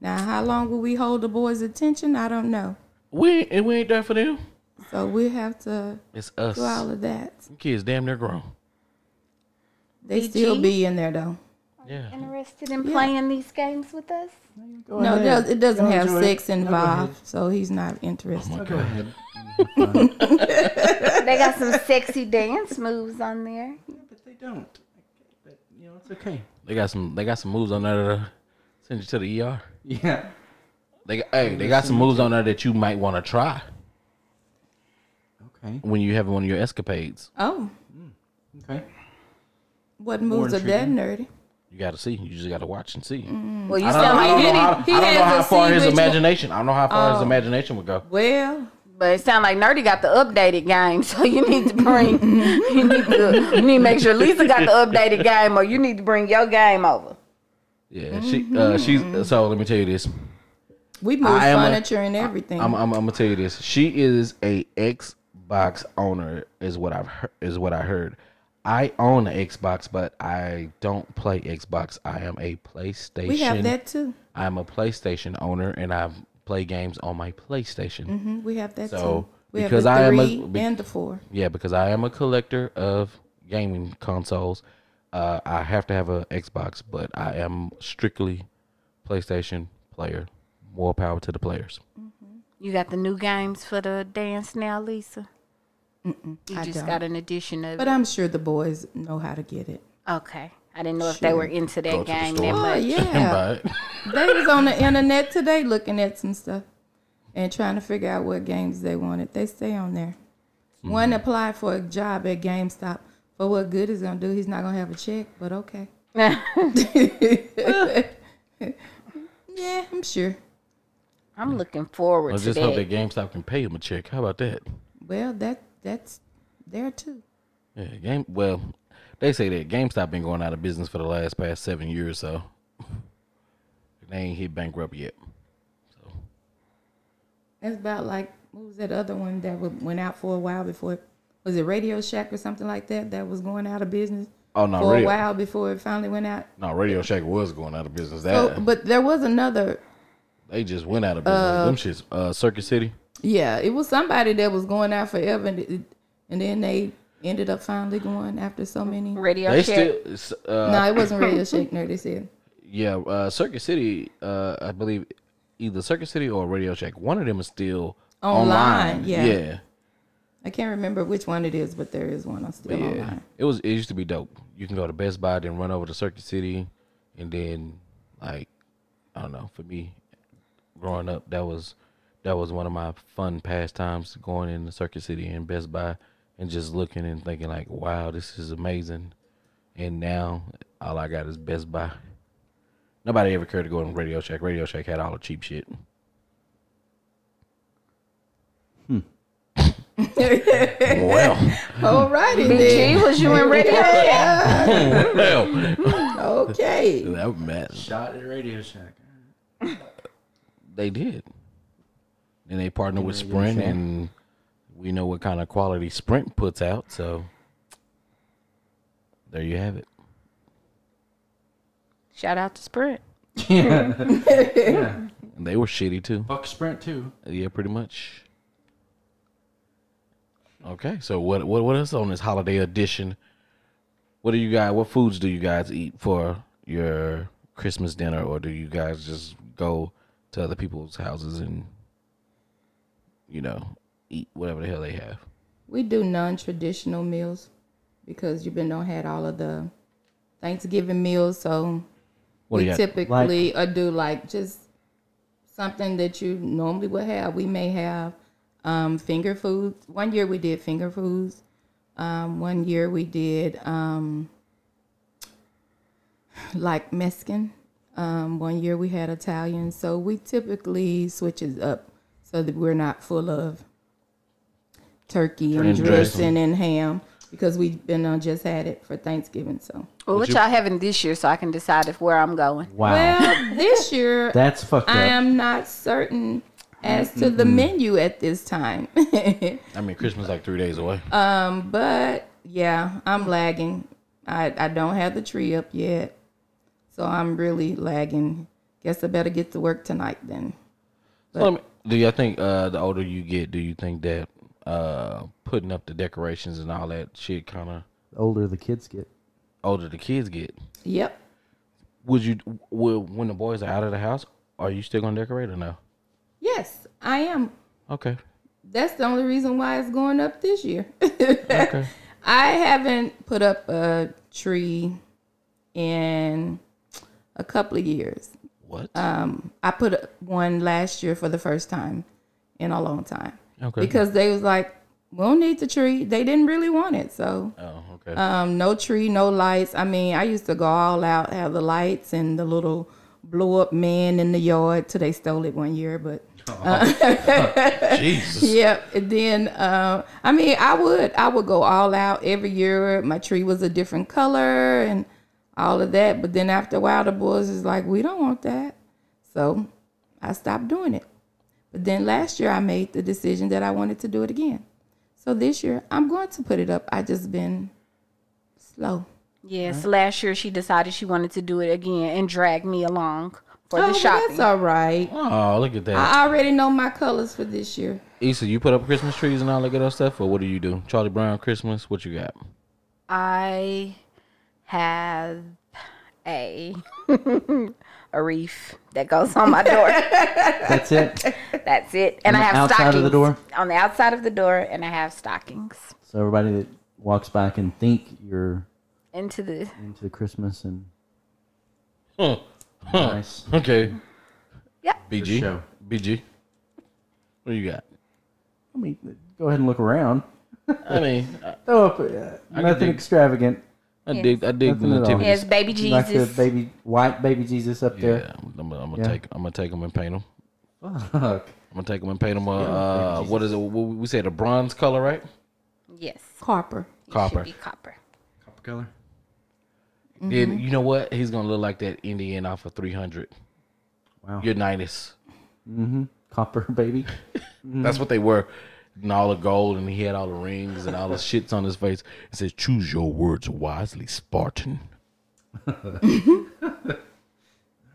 A: Now, how long will we hold the boys' attention? I don't know.
C: we ain't- and we ain't there for them.
A: So we have to
C: It's us.
A: do all of that.
C: Kids, damn, they're grown.
A: They
B: BG?
A: still be in there though.
C: Yeah.
B: Interested in playing these games with us?
A: No, it, does, it doesn't
D: Go
A: have
D: enjoy it.
A: sex involved, so he's not interested.
C: Go ahead.
B: They got some sexy dance moves on there.
D: But they don't. But, you know, it's okay.
C: They got some. They got some moves on there. To send you to the ER.
D: Yeah.
C: They got- hey, they got some moves on there that you might want to try
D: Okay.
C: when you have one of your escapades.
A: Oh,
D: Okay.
A: what moves are that nerdy?
C: You got to see. You just got to watch and see.
A: Mm-hmm.
B: Well, you
C: I don't,
B: sound
C: I
B: like
C: don't
B: you
C: know
B: didn't-
C: how,
A: he
C: I don't
A: has
C: know
A: to
C: how far
A: see
C: his
A: which one-
C: imagination. I don't know how far his
A: Oh.
C: imagination would go.
A: Well,
B: But it sound like Nerdy got the updated game, so you need to bring. you need to you need to make sure Lisa got the updated game, or you need to bring your game over.
C: Yeah,
A: Mm-hmm.
C: she. Uh, she's. So let me tell you this.
A: we move
C: I am a-
A: furniture and everything.
C: I'm, I'm, I'm gonna tell you this. She is a Xbox owner, is what I've heard, is what I heard. I own an Xbox, but I don't play Xbox. I am a PlayStation.
A: we have that too.
C: I'm a PlayStation owner, and I play games on my PlayStation.
A: Mhm, We have that
C: So,
A: too. We have
C: because
A: the
C: I am a-
A: three
C: be-
A: and the four.
C: Yeah, because I am a collector of gaming consoles. Uh, I have to have an Xbox, but I am strictly PlayStation player. More power to the players.
B: You got the new games for the dance now, Lisa. you
A: I
B: just
A: don't.
B: got an edition of.
A: But I'm sure the boys know how to get it.
B: okay, I didn't know if they were into that
C: Go to the
B: game
C: store.
B: that
A: Oh
B: much.
A: yeah,
C: Right.
A: they was on the internet today looking at some stuff and trying to figure out what games they wanted. They stay on there. One applied for a job at GameStop. For what good is gonna do? He's not gonna have a check. But okay. yeah, I'm sure.
B: I'm looking forward
C: I
B: to
C: just
B: that.
C: hope that GameStop can pay him a check. How about that?
A: Well, that that's there too.
C: Yeah, game. Well, they say that GameStop been going out of business for the last past seven years, so they ain't hit bankrupt yet.
A: That's about like what was that other one that wa- went out for a while before? It, was it Radio Shack or something like that that was going out of business
C: Oh no,
A: for a
C: Radio,
A: while before it finally went out?
C: no, Radio Shack was going out of business. That
A: Oh, but there was another.
C: they just went out of business. Them shits, uh, Circuit City.
A: Yeah, it was somebody that was going out forever, and, it, and then they ended up finally going after so many.
B: Radio
C: They
B: Shack.
C: still, s- uh,
A: No, it wasn't Radio Shack. Nerdy said.
C: yeah, uh, Circuit City. Uh, I believe either Circuit City or Radio Shack. One of them is still online.
A: Online, yeah.
C: yeah,
A: I can't remember which one it is, but there is one. I'm still
C: yeah.
A: online.
C: It was. It used to be dope. You can go to Best Buy, then run over to Circuit City, and then like I don't know. For me, growing up, that was that was one of my fun pastimes. Going into Circuit City and Best Buy, and just looking and thinking like, "Wow, this is amazing." And now all I got is Best Buy. Nobody ever cared to go on Radio Shack. Radio Shack had all the cheap shit. Well,
A: Alrighty
B: Big
A: then.
B: G, was you in Radio Shack?
C: well,
A: Okay.
C: That was mad.
D: Shot at Radio Shack.
C: They did. And they partnered with Sprint, and we know what kind of quality Sprint puts out. So there you have it.
B: Shout out to Sprint.
D: Yeah.
C: And they were shitty too.
D: Buck Sprint too.
C: Yeah, pretty much. Okay, so what what what else on this holiday edition? What do you guys? What foods do you guys eat for your Christmas dinner, or do you guys just go to other people's houses and you know eat whatever the hell they have?
A: We do non traditional meals because you've been don't had all of the Thanksgiving meals, so
C: What do
A: we
C: you got?
A: typically uh do like just something that you normally would have. We may have um, finger foods. One year we did finger foods. Um, one year we did um, like Mexican. Um, one year we had Italian. So we typically switch it up so that we're not full of turkey and,
C: And dressing.
A: dressing and ham because we've been uh, just had it for Thanksgiving. So
B: Well, what y'all having this year so I can decide if where I'm going.
D: Wow.
A: well, this year
D: That's fucked up.
A: I am not certain as to the menu at this time.
C: I mean, Christmas like three days away.
A: but yeah, I'm lagging. I, I don't have the tree up yet. So I'm really lagging. Guess I better get to work tonight then.
C: So, I mean, do you think uh, the older you get, do you think that uh, putting up the decorations and all that shit kind of
D: The older the kids get.
C: older the kids get?
A: Yep.
C: would you will, when the boys are out of the house are you still gonna decorate or no
A: Yes, I am.
C: okay
A: That's the only reason why it's going up this year.
C: okay
A: I haven't put up a tree in a couple of years.
C: what
A: I put up one last year for the first time in a long time.
C: okay
A: because they was like, we don't need the tree. They didn't really want it. So,
C: oh okay
A: um, no tree, no lights. I mean, I used to go all out, have the lights and the little blow up man in the yard till they stole it one year. But uh,
C: jesus
A: yep. And then, uh, I mean, I would, I would go all out every year. My tree was a different color and all of that. But then after a while, the boys is like, we don't want that. So I stopped doing it. But then last year, I made the decision that I wanted to do it again. So this year, I'm going to put it up. I just been slow.
B: Yes, last year she decided she wanted to do it again and drag me along for
A: Oh,
B: the
A: well,
B: shopping.
A: that's all right.
C: oh look at that
A: I already know my colors for this year.
C: Issa, you put up christmas trees and all that good stuff or what do you do charlie brown christmas what you got
B: I have a a wreath that goes on my door.
D: That's it.
B: That's it. And
D: On
B: I
D: the
B: have
D: outside
B: stockings
D: of the door?
B: on the outside of the door, and I have stockings
D: So everybody that walks by can think you're
B: into the
D: into the Christmas and
C: huh. Huh.
D: nice.
C: okay
B: Yeah.
C: bg
D: show.
C: bg what you got
D: I mean, go ahead and look around.
C: i mean i,
D: Throw up uh, nothing
C: dig-
D: extravagant.
C: I dig i dig the
D: Nothing at all.
C: nativity
B: yes, baby
D: Like the
B: Jesus.
D: baby white baby Jesus up
C: yeah
D: there.
C: i'm, gonna- I'm gonna
D: Yeah.
C: take i'm gonna take them and paint them
D: Fuck.
C: i'm gonna take them and paint them uh, uh what is it what we said a bronze color right
D: Mm-hmm.
B: Yes,
A: Carper.
B: it
C: Copper.
B: should be copper.
D: Copper color.
C: Then you know what? He's gonna look like that Indian off of 300.
D: Wow.
C: Unitas.
D: Copper baby. Mm-hmm.
C: That's what they were. And all the gold, and he had all the rings and all the shits on his face. It says, "Choose your words wisely, Spartan."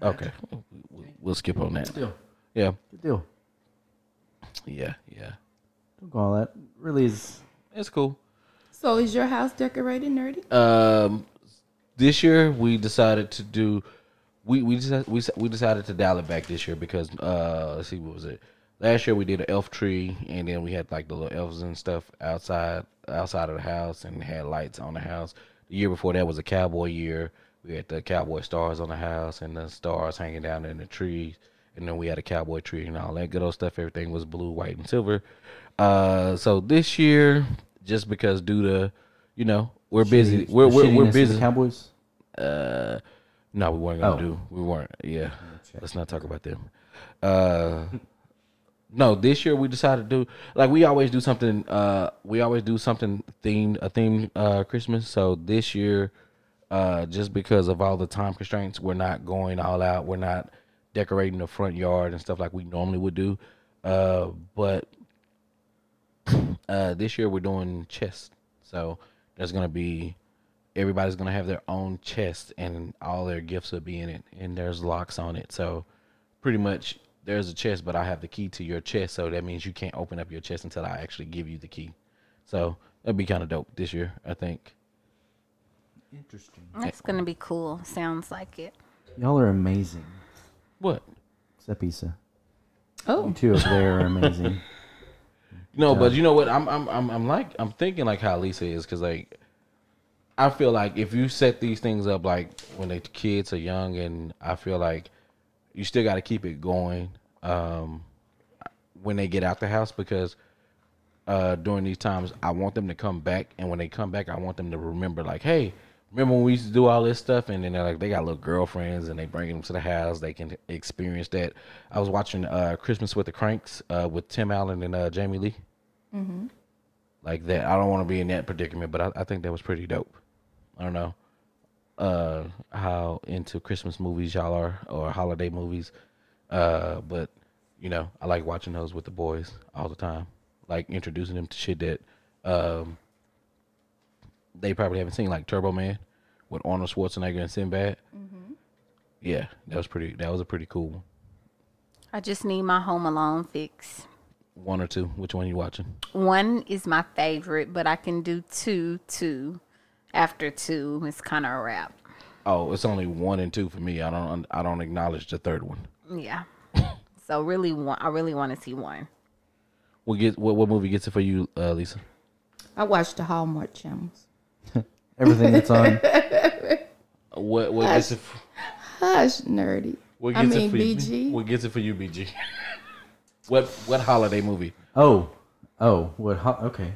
C: okay, We'll- we'll skip on that. Yeah,
D: Good deal.
C: yeah, yeah.
D: Don't go all that. Really is.
C: It's cool.
A: So is your house decorated, nerdy?
C: um, this year we decided to do we we decided, we s- we decided to dial it back this year because uh let's see what was it last year we did an elf tree and then we had like the little elves and stuff outside outside of the house and had lights on the house the year before that was a cowboy year we had the cowboy stars on the house and the stars hanging down in the trees and then we had a cowboy tree and all that good old stuff everything was blue white and silver uh so this year just because due to you know we're busy
D: shitty-
C: we're
D: the
C: we're,
D: shittiness of
C: we're
D: the
C: busy
D: Cowboys.
C: uh, no, we weren't gonna
D: Oh.
C: do. We weren't. Yeah, let's not talk about them. Uh, no, this year we decided to do like we always do something. Uh, we always do something themed a themed uh Christmas. So this year, uh, just because of all the time constraints, we're not going all out. We're not decorating the front yard and stuff like we normally would do. Uh, but uh, this year we're doing chess, so there's gonna be everybody's gonna have their own chest, and all their gifts will be in it, and there's locks on it. So pretty much there's a chest, but I have the key to your chest, so that means you can't open up your chest until I actually give you the key. So that'd be kind of dope this year, I think.
D: Interesting.
B: That's gonna be cool. Sounds like it.
D: Y'all are amazing.
C: What?
D: Except Issa.
A: Oh,
D: You two over there are amazing.
C: No, but you know what? I'm I'm I'm, I'm like I'm thinking like how Lisa is because like I feel like if you set these things up like when the kids are young, and I feel like you still got to keep it going um, when they get out the house because uh, during these times I want them to come back, and when they come back, I want them to remember like, hey. Remember when we used to do all this stuff, and then they're like, they got little girlfriends, and they bring them to the house. They can experience that. I was watching uh, Christmas with the Cranks uh, with Tim Allen and uh, Jamie Lee like that. I don't want to be in that predicament, but I, I think that was pretty dope. I don't know uh, how into Christmas movies y'all are or holiday movies, uh, but you know I like watching those with the boys all the time, like introducing them to shit that um, they probably haven't seen, like Turbo Man with Arnold Schwarzenegger and Sinbad. Yeah, that was pretty. That was a pretty cool one.
B: I just need my Home Alone fix.
C: One or two. Which one you watching?
B: One is my favorite, but I can do two, two. After two, it's kind of a wrap.
C: Oh, it's only one and two for me. I don't. I don't acknowledge the third one.
B: Yeah. so really, want I really want to see one.
C: What get what, what movie gets it for you, uh, Lisa?
A: I watched the Hallmark channels.
D: Everything that's on.
C: What what gets it f-
A: Hush, nerdy.
C: what
A: I
C: gets
A: mean,
C: it for
A: BG.
C: you? What gets it for you, BG? what what holiday movie?
D: Oh, oh, what? Ho- okay,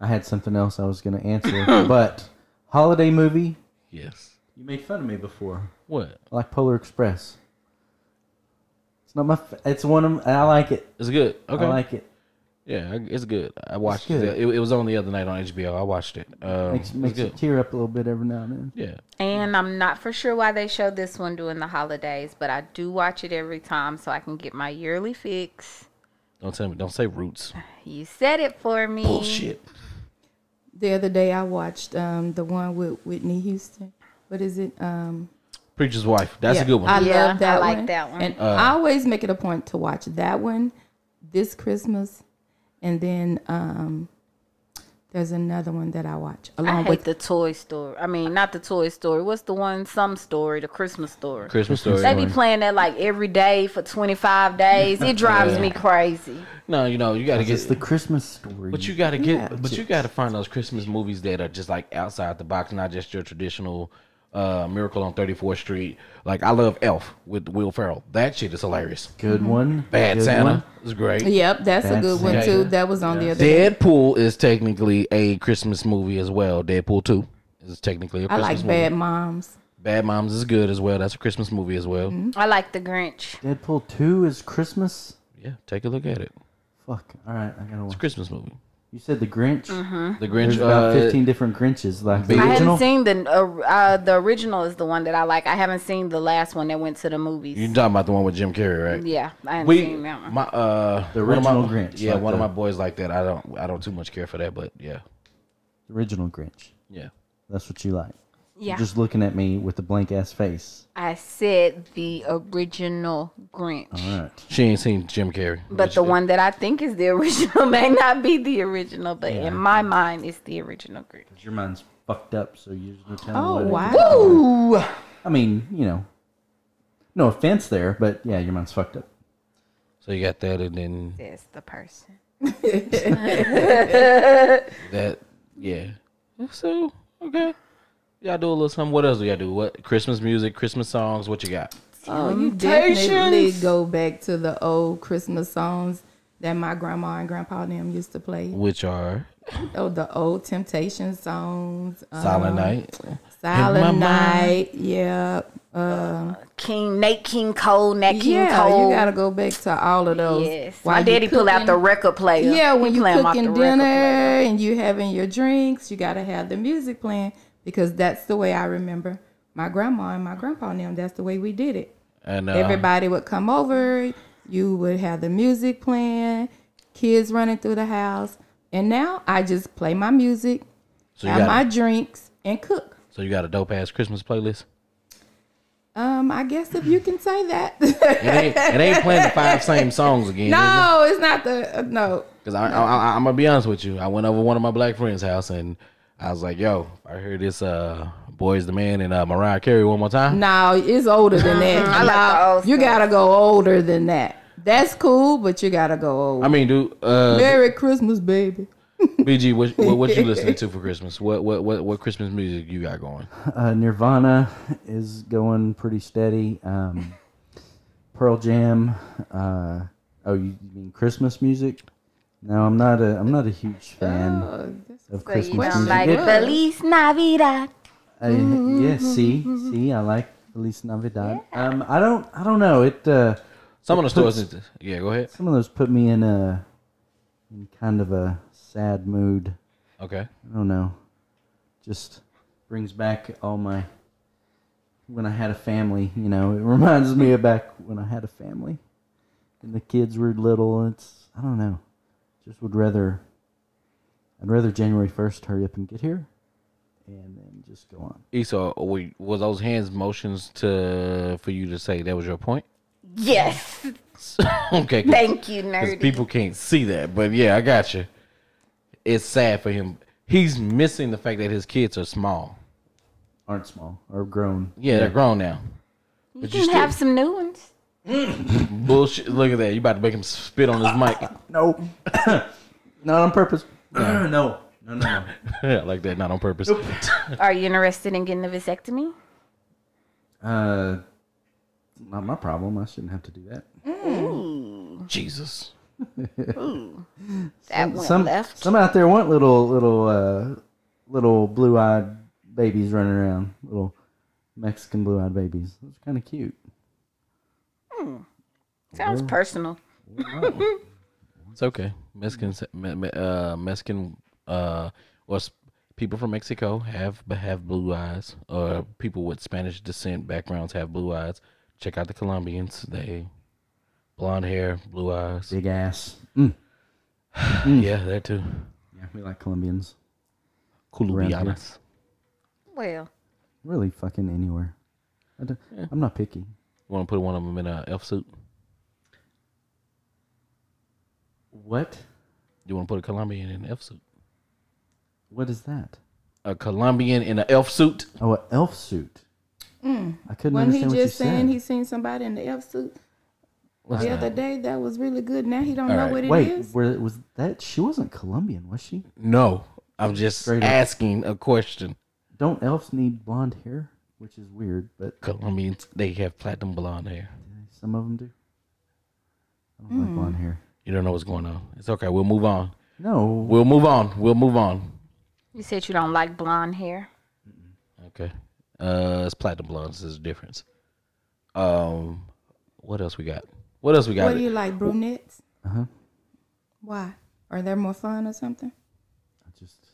D: I had something else I was gonna answer, but holiday movie.
C: Yes.
D: You made fun of me before.
C: What?
D: I like Polar Express. It's not my. F- it's one of. I like it.
C: It's good. Okay.
D: I like it.
C: yeah, I- it's good. I watched
D: good.
C: it. it. It was on the other night on HBO. I watched it. Um,
D: Makes
C: it's
D: makes
C: good.
D: it tear up a little bit every now and then.
C: yeah.
B: And I'm not for sure why they show this one during the holidays, but I do watch it every time so I can get my yearly fix.
C: Don't tell me. Don't say Roots.
B: You said it for me.
C: Bullshit.
A: The other day I watched um the one with Whitney Houston. What is it? Um
C: Preacher's Wife. That's
A: yeah,
C: a good one. Uh.
A: I
B: Yeah,
A: love that
B: I like
A: one.
B: that one.
A: And I always make it a point to watch that one this Christmas and then um there's another one that I watch
B: I
A: along
B: hate
A: with
B: the Toy Story. I mean, not the Toy Story. What's the one? Some story, the Christmas story.
C: Christmas story.
B: They be playing that like every day for 25 days. It drives me crazy.
C: no, you know you got to
D: It's
C: get
D: the Christmas story.
C: But you gotta get, but you
D: Chicks.
C: gotta find those Christmas movies that are just like outside the box, not just your traditional uh, Miracle on 34th Street. Like I love Elf with Will Ferrell. That shit is hilarious.
D: good one.
C: Mm-hmm. Bad
D: good
C: Santa
D: one.
C: is great.
A: Yep, that's, a
D: That's
A: good one
C: it.
A: too. That was on the other day.
C: Deadpool is technically a Christmas movie as well. Deadpool 2 is technically a
A: I
C: Christmas
A: like
C: movie.
A: Bad Moms.
C: Bad Moms is good as well. That's a Christmas movie as well.
B: I like the Grinch.
D: Deadpool two is Christmas.
C: Yeah, take a look at it.
D: Fuck. All right, I gotta
C: It's a
D: watch.
C: Christmas movie.
D: You said the Grinch.
C: The
D: There's
C: Grinch.
D: about
C: uh,
D: fifteen different Grinches. Like the
C: I
B: I
D: original.
B: haven't seen the uh, uh, the original is the one that I like. I haven't seen the last one that went to the movies.
C: You're talking about the one with Jim Carrey, right?
B: yeah, I haven't
C: We,
B: seen that one.
C: my, uh,
D: The
C: one of my-
D: original Grinch,
C: Yeah,
D: like
C: one
D: the-
C: of my boys like that. I don't, I don't too much care for that, but yeah,
D: the original Grinch.
C: yeah.
D: That's what you like.
B: Yeah,
D: Just looking at me with the blank ass face.
B: I said the original Grinch.
D: All right.
C: She ain't seen Jim Carrey,
B: But
C: She-
B: the one that I think is the original may not be the original, but in my mind, it's the original Grinch.
D: Your mind's fucked up, so you're just no telling
A: Oh
D: what it-
A: wow.
B: Ooh,
D: I mean, you know, no offense there, but yeah, your mind's fucked up.
C: So you got that, and then
B: is the person.
C: that, yeah. So okay, y'all do a little something. What else do y'all do? What Christmas music, Christmas songs? What you got?
A: Oh, you definitely go back to the old Christmas songs that my grandma and grandpa and them used to play.
C: Which are
A: Oh, the old Temptation songs, um,
C: Silent Night.
A: Silent
C: In my mind.
A: Night. Yeah, uh,
B: King Nate King Cole, Nat King
A: yeah.
B: Cole.
A: You gotta go back to all of those.
B: yes,
A: While
B: my
A: you
B: daddy pulled out
A: cooking-
B: the record player.
A: Yeah, when
B: He
A: you
B: play 'em off the
A: cooking
B: record
A: dinner
B: player.
A: and you having your drinks, you gotta have the music playing. because that's the way I remember my grandma and my grandpa and them. That's the way we did it.
C: And uh,
A: Everybody would come over. You would have the music playing, kids running through the house. And now I just play my music,
C: so you,
A: have
C: got
A: my
C: a,
A: drinks, and cook.
C: so you got a dope ass Christmas playlist.
A: Um, I guess if you can say that.
C: It ain't, it ain't playing the five same songs again.
A: no, it's not the uh, no.
C: Because I, I, I, I'm gonna be honest with you. I went over one of my black friends' house and I was like, "Yo, I heard this uh, "Boys the Man" and uh, Mariah Carey one more time."
A: No, it's older than that.
B: I like the
A: No,
B: old
A: you
B: stuff.
A: gotta go older than that. That's cool, but you gotta go old.
C: I mean, dude, uh,
A: Merry Christmas, baby.
C: BG, what, what what you listening to for Christmas? What what what what Christmas music you got going?
D: Uh, Nirvana is going pretty steady. Um, Pearl Jam. Uh, oh, you you mean Christmas music? No, I'm not a I'm not a huge fan
A: Oh, that's-
D: of
B: So you
D: Christmas
B: don't
D: music.
B: like
A: Yeah.
B: Feliz Navidad.
D: I, yeah, see, see, I like Feliz Navidad. Um, I don't, I don't know. It uh,
C: Some of the
D: Puts-
C: stores. Yeah, go ahead.
D: some of those put me in a in kind of a sad mood.
C: Okay.
D: I don't know. Just brings back all my when I had a family. You know, it reminds me of back when I had a family and the kids were little. It's I don't know. Just would rather I'd rather January first hurry up and get here, and then just go on.
C: Esau, we, was those hands motions to for you to say that was your point?
B: Yes.
C: okay. Cause,
B: Thank you,
C: 'cause
B: nerdy.
C: people can't see that, but yeah, I got you. It's sad for him. He's missing the fact that his kids are small.
D: Aren't small or grown.
C: Yeah, they're grown now.
B: you can have some new ones.
C: Bullshit. Look at that. You about to make him spit on his mic.
D: No. Not on purpose. No. no. No, no,
C: Yeah, like that, not on purpose.
B: Are you interested in getting a vasectomy?
D: Uh, not my problem. I shouldn't have to do that.
C: Jesus.
B: That one
D: Some
B: left.
D: some out there want little little uh little blue eyed babies running around. Little Mexican blue eyed babies. Those kind of cute.
B: Sounds personal.
C: It's okay. Mexican, me- me- uh, Mexican, uh, or s- people from Mexico have have blue eyes, or people with Spanish descent backgrounds have blue eyes. Check out the Colombians. They blonde hair, blue eyes.
D: Big ass. Mm.
C: Yeah, that too.
D: Yeah, we like Colombians.
C: Colombianas.
B: Well,
D: Really fucking anywhere. I don't, I'm not picky.
C: You want to put one of them in a elf suit?
D: What?
C: You want to put a Colombian in an elf suit?
D: What is that?
C: A Colombian in an elf suit.
D: Oh, an elf suit. I couldn't
A: When he
D: understand what
A: just
D: you
A: saying
D: said.
A: he seen somebody in the elf suit the other day, that was really good. Now he don't know
C: right.
A: what it is.
D: Wait, where was that? She wasn't Colombian, was she?
C: No, I'm just
D: Straight up.
C: asking a question.
D: Don't elves need blonde hair? Which is weird, but
C: Colombians, they have platinum blonde hair.
D: some of them do. I don't like blonde hair.
C: You don't know what's going on. It's okay. We'll move on.
D: No,
C: We'll move on. We'll move on.
B: you said you don't like blonde hair.
C: Okay. Uh, it's platinum blondes. There's a difference. Um, what else we got? What else we got?
A: What do you like, brunettes?
D: Uh-huh.
A: Why? Are they more fun or something?
D: I just,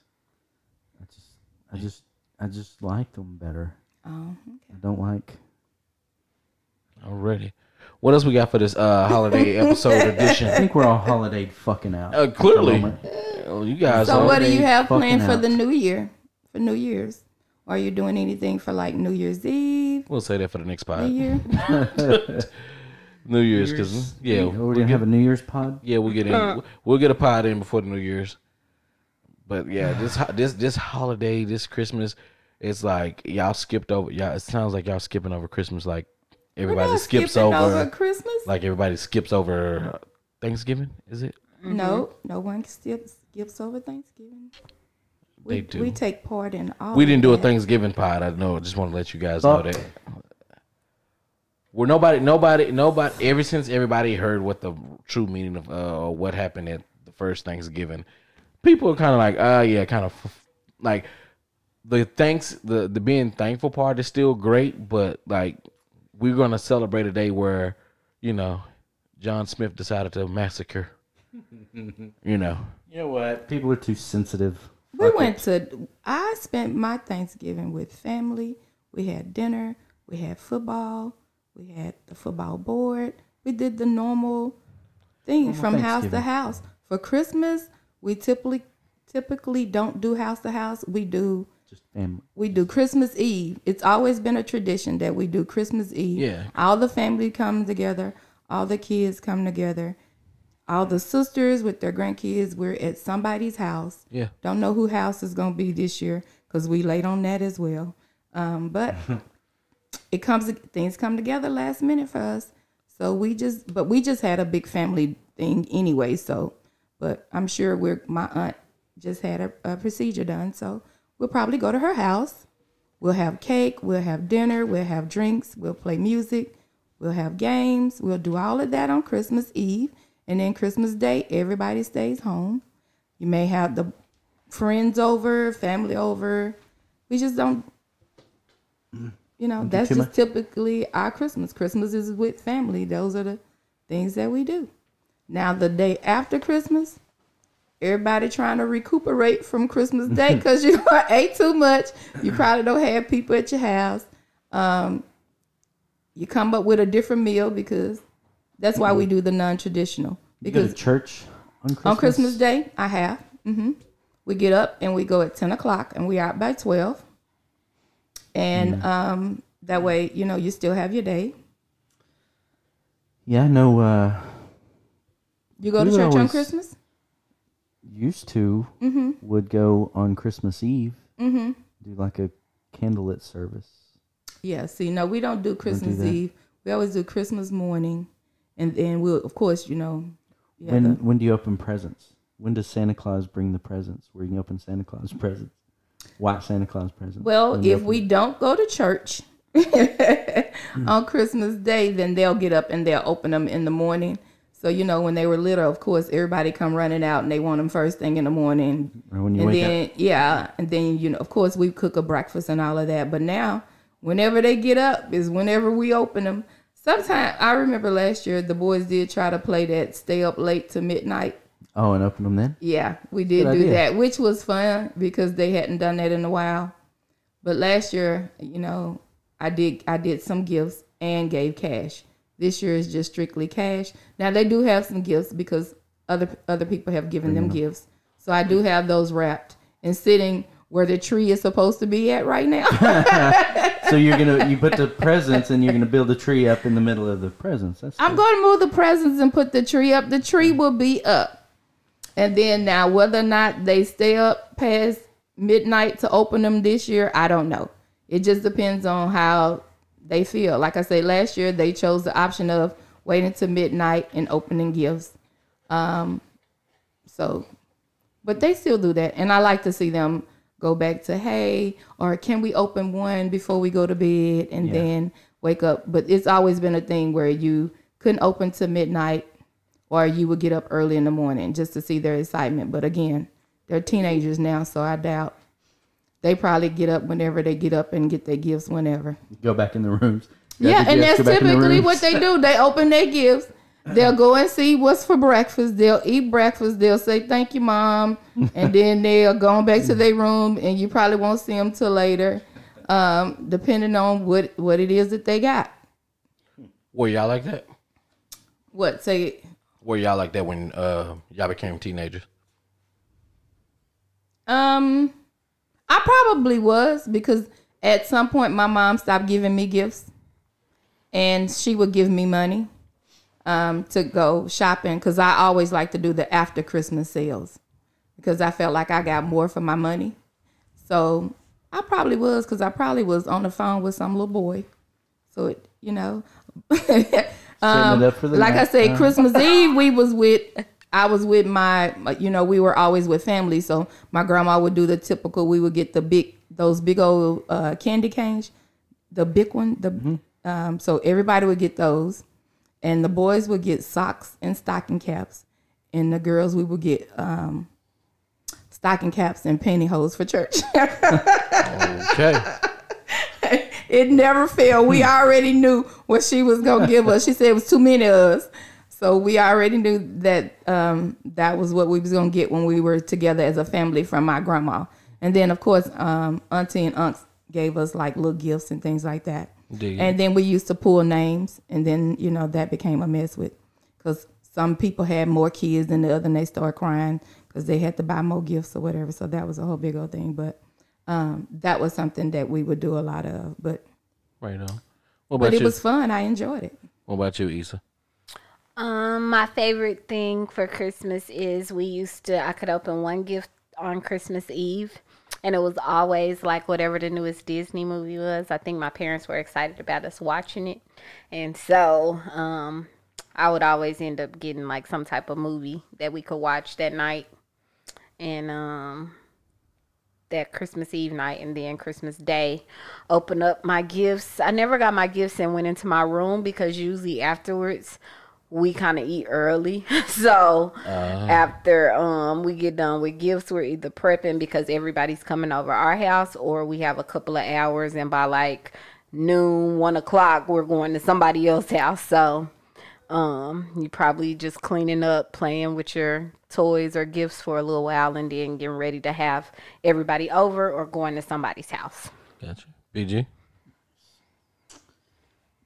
D: I just, I just, I just like them better.
A: Oh,
D: I don't like.
C: Already. What else we got for this uh holiday episode
D: I
C: edition?
D: think we're all holiday fucking out.
C: Uh, clearly, Oh, you guys.
A: So
C: are-
A: what do you
D: they
A: have
D: fucking
A: planned for the
D: out.
A: new year? For New Year's? Are you doing anything for like New Year's Eve?
C: we'll say that for the next
A: New
C: pod.
A: Year?
C: New Year's, because yeah,
D: Oh, we're gonna have a New Year's pod.
C: Yeah, we'll get in. We'll get a pod in before the New Year's. But yeah, this ho- this this holiday, this Christmas, it's like y'all skipped over. Y'all, it sounds like y'all skipping over Christmas. Like everybody
A: Not
C: skips
A: skipping
C: over,
A: Christmas?
C: Like everybody skips over Thanksgiving. Is it?
A: No, no one skips skips over Thanksgiving. We,
C: They do.
A: We take part in all.
C: We didn't do a
A: thing.
C: Thanksgiving pod. I know. Just want to let you guys
D: Fuck.
C: know that. Well, nobody, nobody, nobody. Ever since everybody heard what the true meaning of uh, or what happened at the first Thanksgiving, people are kind of like, oh yeah, kind of f- like the thanks, the the being thankful part is still great, but like we're gonna celebrate a day where you know John Smith decided to massacre, you know.
D: You know what? People are too sensitive.
A: We went to. I spent my Thanksgiving with family. We had dinner. We had football. We had the football board. We did the normal thing from house to
D: Thanksgiving.
A: house. For Christmas, we typically typically don't do house to house. We do
D: Just family.
A: we do Christmas Eve. It's always been a tradition that we do Christmas Eve.
C: Yeah.
A: All the family come together, all the kids come together, all the sisters with their grandkids. We're at somebody's house.
C: Yeah.
A: Don't know who house is going to be this year because we late on that as well. Um, but it comes, things come together last minute for us. So we just, but we just had a big family thing anyway. So, but I'm sure we're, my aunt just had a, a procedure done. So we'll probably go to her house. We'll have cake, we'll have dinner, we'll have drinks, we'll play music, we'll have games, we'll do all of that on Christmas Eve. And then Christmas Day, everybody stays home. You may have the friends over, family over. We just don't, you know, that's
D: too
A: just
D: much.
A: typically our Christmas. Christmas is with family. Those are the things that we do. Now, the day after Christmas, everybody trying to recuperate from Christmas Day because you ate too much. You probably don't have people at your house. Um, you come up with a different meal because that's why we do the non-traditional.
D: You go to
A: Because
D: church on Christmas. Mm-hmm.
A: on Christmas Day, I have. hmm We get up and we go at ten o'clock, and we out by twelve. And
D: Mm.
A: um, that way, you know, you still have your day.
D: Yeah, I know. Uh,
A: You go to
D: We would
A: church on
D: always-
A: Christmas.
D: used to would go on Christmas Eve. Mm-hmm. Do like a candlelit service.
A: Yeah, see, no, we don't do Christmas
D: that.
A: Eve. We always do Christmas morning, and then we'll, of course, you know, yeah,
D: when
A: the-
D: when do you open presents? When does Santa Claus bring the presents? Where you can open Santa Claus presents? White Santa Claus presents.
A: Well,
D: When you
A: if
D: open-
A: we don't go to church on Christmas Day, then they'll get up and they'll open them in the morning. So you know, when they were little, of course, everybody come running out and they want them first thing in the morning.
D: Or when you
A: and
D: wake
A: then yeah, and then you know, of course, we cook a breakfast and all of that. But now, whenever they get up is whenever we open them. Sometimes I remember last year the boys did try to play that stay up late to midnight
D: oh, and open them then.
A: yeah, we did
D: Good
A: do
D: idea.
A: that, which was fun because they hadn't done that in a while. But last year, you know, I did I did some gifts and gave cash. This year is just strictly cash. Now they do have some gifts because other other people have given them gifts. So I do have those wrapped and sitting where the tree is supposed to be at right now.
D: So you're gonna you put the presents and you're gonna build a tree up in the middle of the presents. That's
A: I'm going to move the presents and put the tree up. The tree will be up. And then now, whether or not they stay up past midnight to open them this year, I don't know. It just depends on how they feel. Like I say, last year they chose the option of waiting to midnight and opening gifts. Um, so, but they still do that, and I like to see them go back to hey, or can we open one before we go to bed and then wake up? But it's always been a thing where you couldn't open to midnight, or you would get up early in the morning just to see their excitement. But again, they're teenagers now, so I doubt. They probably get up whenever they get up and get their gifts whenever.
D: go back in the rooms. Grab
A: Yeah,
D: the
A: and that's
D: gifts, go back in the
A: typically
D: rooms.
A: what they do. They open their gifts. They'll go and see what's for breakfast. They'll eat breakfast. They'll say thank you, mom, and then they'll go back to their room. And you probably won't see them till later, um, depending on what what it is that they got.
C: Were y'all like that?
A: What say?
C: Were y'all like that when uh, y'all became teenagers?
A: Um, I probably was because at some point my mom stopped giving me gifts, and she would give me money, um, to go shopping because I always like to do the after Christmas sales because I felt like I got more for my money. So I probably was because I probably was on the phone with some little boy. So it, you know, um,
D: up for the
A: like I
D: night.
A: said, Christmas Eve we was with. I was with my, you know, we were always with family. So my grandma would do the typical. We would get the big, those big old uh, candy canes, the big one. The
D: Mm-hmm.
A: um, so everybody would get those, and the boys would get socks and stocking caps, and the girls we would get um, stocking caps and pantyhose for church.
C: Okay.
A: it never failed. We already knew what she was gonna give us. She said it was too many of us. So we already knew that um, that was what we was gonna get when we were together as a family from my grandma, and then of course um, auntie and unks gave us like little gifts and things like that.
C: Dig it.
A: And then we used to pull names, and then you know that became a mess with, because some people had more kids than the other, and they started crying because they had to buy more gifts or whatever. So that was a whole big old thing, but um, that was something that we would do a lot of. But
C: Right on. What about
A: but it
C: you?
A: was fun. I enjoyed it.
C: what about you, Issa?
B: Um, my favorite thing for Christmas is we used to I could open one gift on Christmas Eve and it was always like whatever the newest Disney movie was. I think my parents were excited about us watching it. And so, um I would always end up getting like some type of movie that we could watch that night. And um that Christmas Eve night and then Christmas Day, open up my gifts. I never got my gifts and went into my room because usually afterwards we kind of eat early. so after um we get done with gifts, we're either prepping because everybody's coming over our house or we have a couple of hours and by like noon, one o'clock, we're going to somebody else's house. So um, you probably just cleaning up, playing with your toys or gifts for a little while, and then getting ready to have everybody over or going to somebody's house.
C: Gotcha. BG.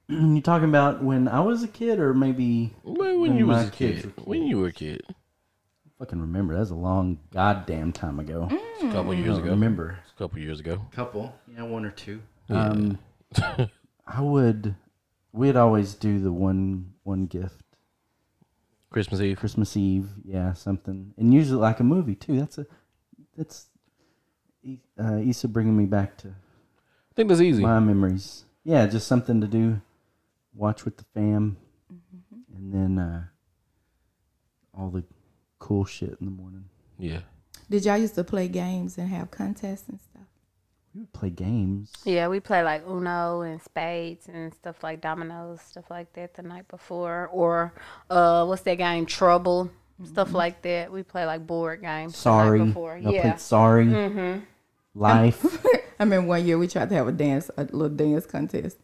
D: Mm, You talking about when I was a kid, or maybe
C: When, when
D: When
C: you was
D: my
C: a
D: kids were
C: kid.
D: kids.
C: When you were a kid.
D: fucking remember? That was a long goddamn time ago.
C: A couple
D: I
C: Mm. years
D: don't
C: ago.
D: remember.
C: A couple years ago.
D: Couple, yeah, one or two. Um, I would. We'd always do the one one gift
C: Christmas Eve.
D: Christmas Eve, yeah, something, and usually like a movie too. That's a that's E- uh, Issa bringing me back to
C: I think that's easy.
D: my memories. Yeah, just something to do, watch with the fam,
B: Mm-hmm.
D: and then uh, all the cool shit in the morning.
C: Yeah.
A: Did y'all used to play games and have contests and stuff?
D: We would play games.
B: Yeah, we play like Uno and spades and stuff like dominoes, stuff like that the night before, or uh, what's that game? Trouble, stuff like that. We play like board games.
D: Sorry,
B: the night before.
D: I
B: yeah. Mm-hmm.
D: played Sorry. Life.
A: I remember one year we tried to have a dance, a little dance contest.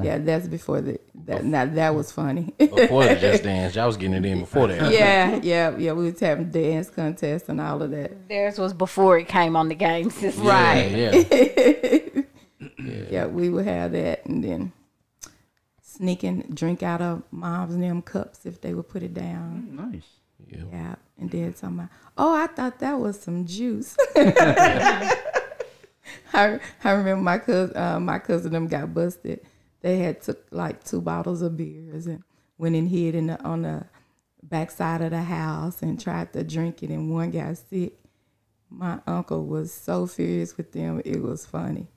A: Yeah, that's before the that. Now that was funny.
C: Before the Just Dance. Y'all was getting it in before that.
A: yeah, yeah, yeah. We was having dance contests and all of that.
B: Theirs was before it came on the game system.
C: Right. Yeah.
A: Yeah, we would have that, and then sneaking drink out of mom's and them cups if they would put it down.
D: nice.
A: Yeah, and then somebody. Oh, I thought that was some juice. I, I remember my cousin uh, my cousin them got busted. They had took like two bottles of beers and went and hid in the, on the backside of the house and tried to drink it. And one got sick. My uncle was so furious with them. It was funny.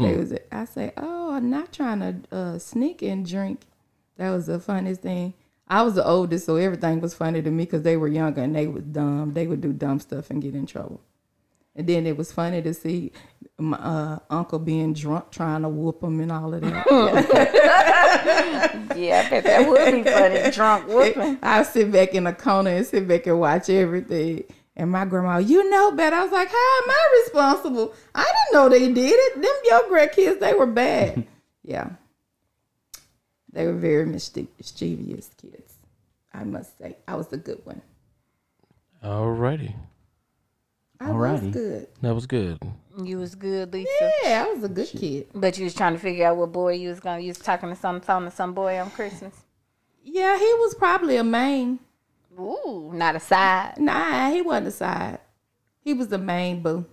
A: They was I say, oh, I'm not trying to uh, sneak and drink. That was the funniest thing. I was the oldest, so everything was funny to me because they were younger and they was dumb. They would do dumb stuff and get in trouble. And then it was funny to see my uh, uncle being drunk, trying to whoop him and all of that.
E: Yeah, I bet that would be funny. Drunk whooping.
A: I sit back in the corner and sit back and watch everything. And my grandma, you know better. I was like, how am I responsible? I didn't know they did it. Them your grandkids, they were bad. yeah, they were very mischie- mischievous kids. I must say, I was a good one.
C: Alrighty.
A: I
D: Alrighty.
A: was good.
C: That was good.
B: You was good, Lisa.
A: Yeah, I was a good kid.
B: But you was trying to figure out what boy you was gonna. You was talking to some talking to some boy on Christmas.
A: Yeah, he was probably a main.
B: Ooh, not a side.
A: Nah, he wasn't a side. He was the main boo.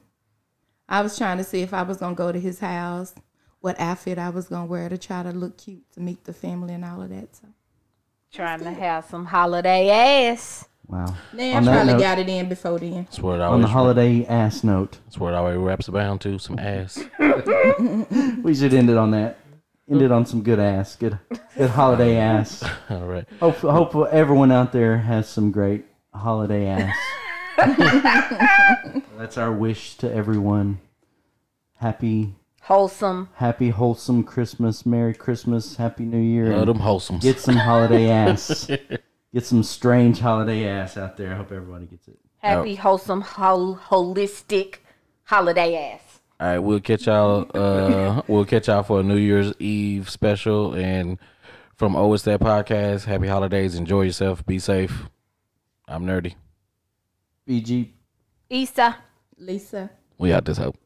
A: I was trying to see if I was gonna go to his house, what outfit I was gonna wear to try to look cute to meet the family and all of that. So
B: Trying to have some holiday ass.
D: Wow.
A: nah, I
D: On that
A: probably
D: note-
A: got it in before then.
C: That's what it
D: On
C: always
D: the holiday ass note,
C: that's what it always wraps around to, some ass.
D: we should end it on that. End it on some good ass, good, good holiday ass.
C: All right.
D: Hope, hope everyone out there has some great holiday ass. That's our wish to everyone. Happy,
B: Wholesome.
D: happy, wholesome Christmas. Merry Christmas. Happy New Year.
C: Love
D: and
C: them wholesomes.
D: Get some holiday ass. Get some strange holiday ass out there. I hope everybody gets it.
B: Happy, wholesome, hol- holistic holiday ass.
C: All right, we'll catch y'all. Uh, we'll catch y'all for a New Year's Eve special, and from Oh It's That Podcast. Happy holidays. Enjoy yourself. Be safe. I'm nerdy.
D: BG
B: Issa.
A: Lisa.
C: We out this hope.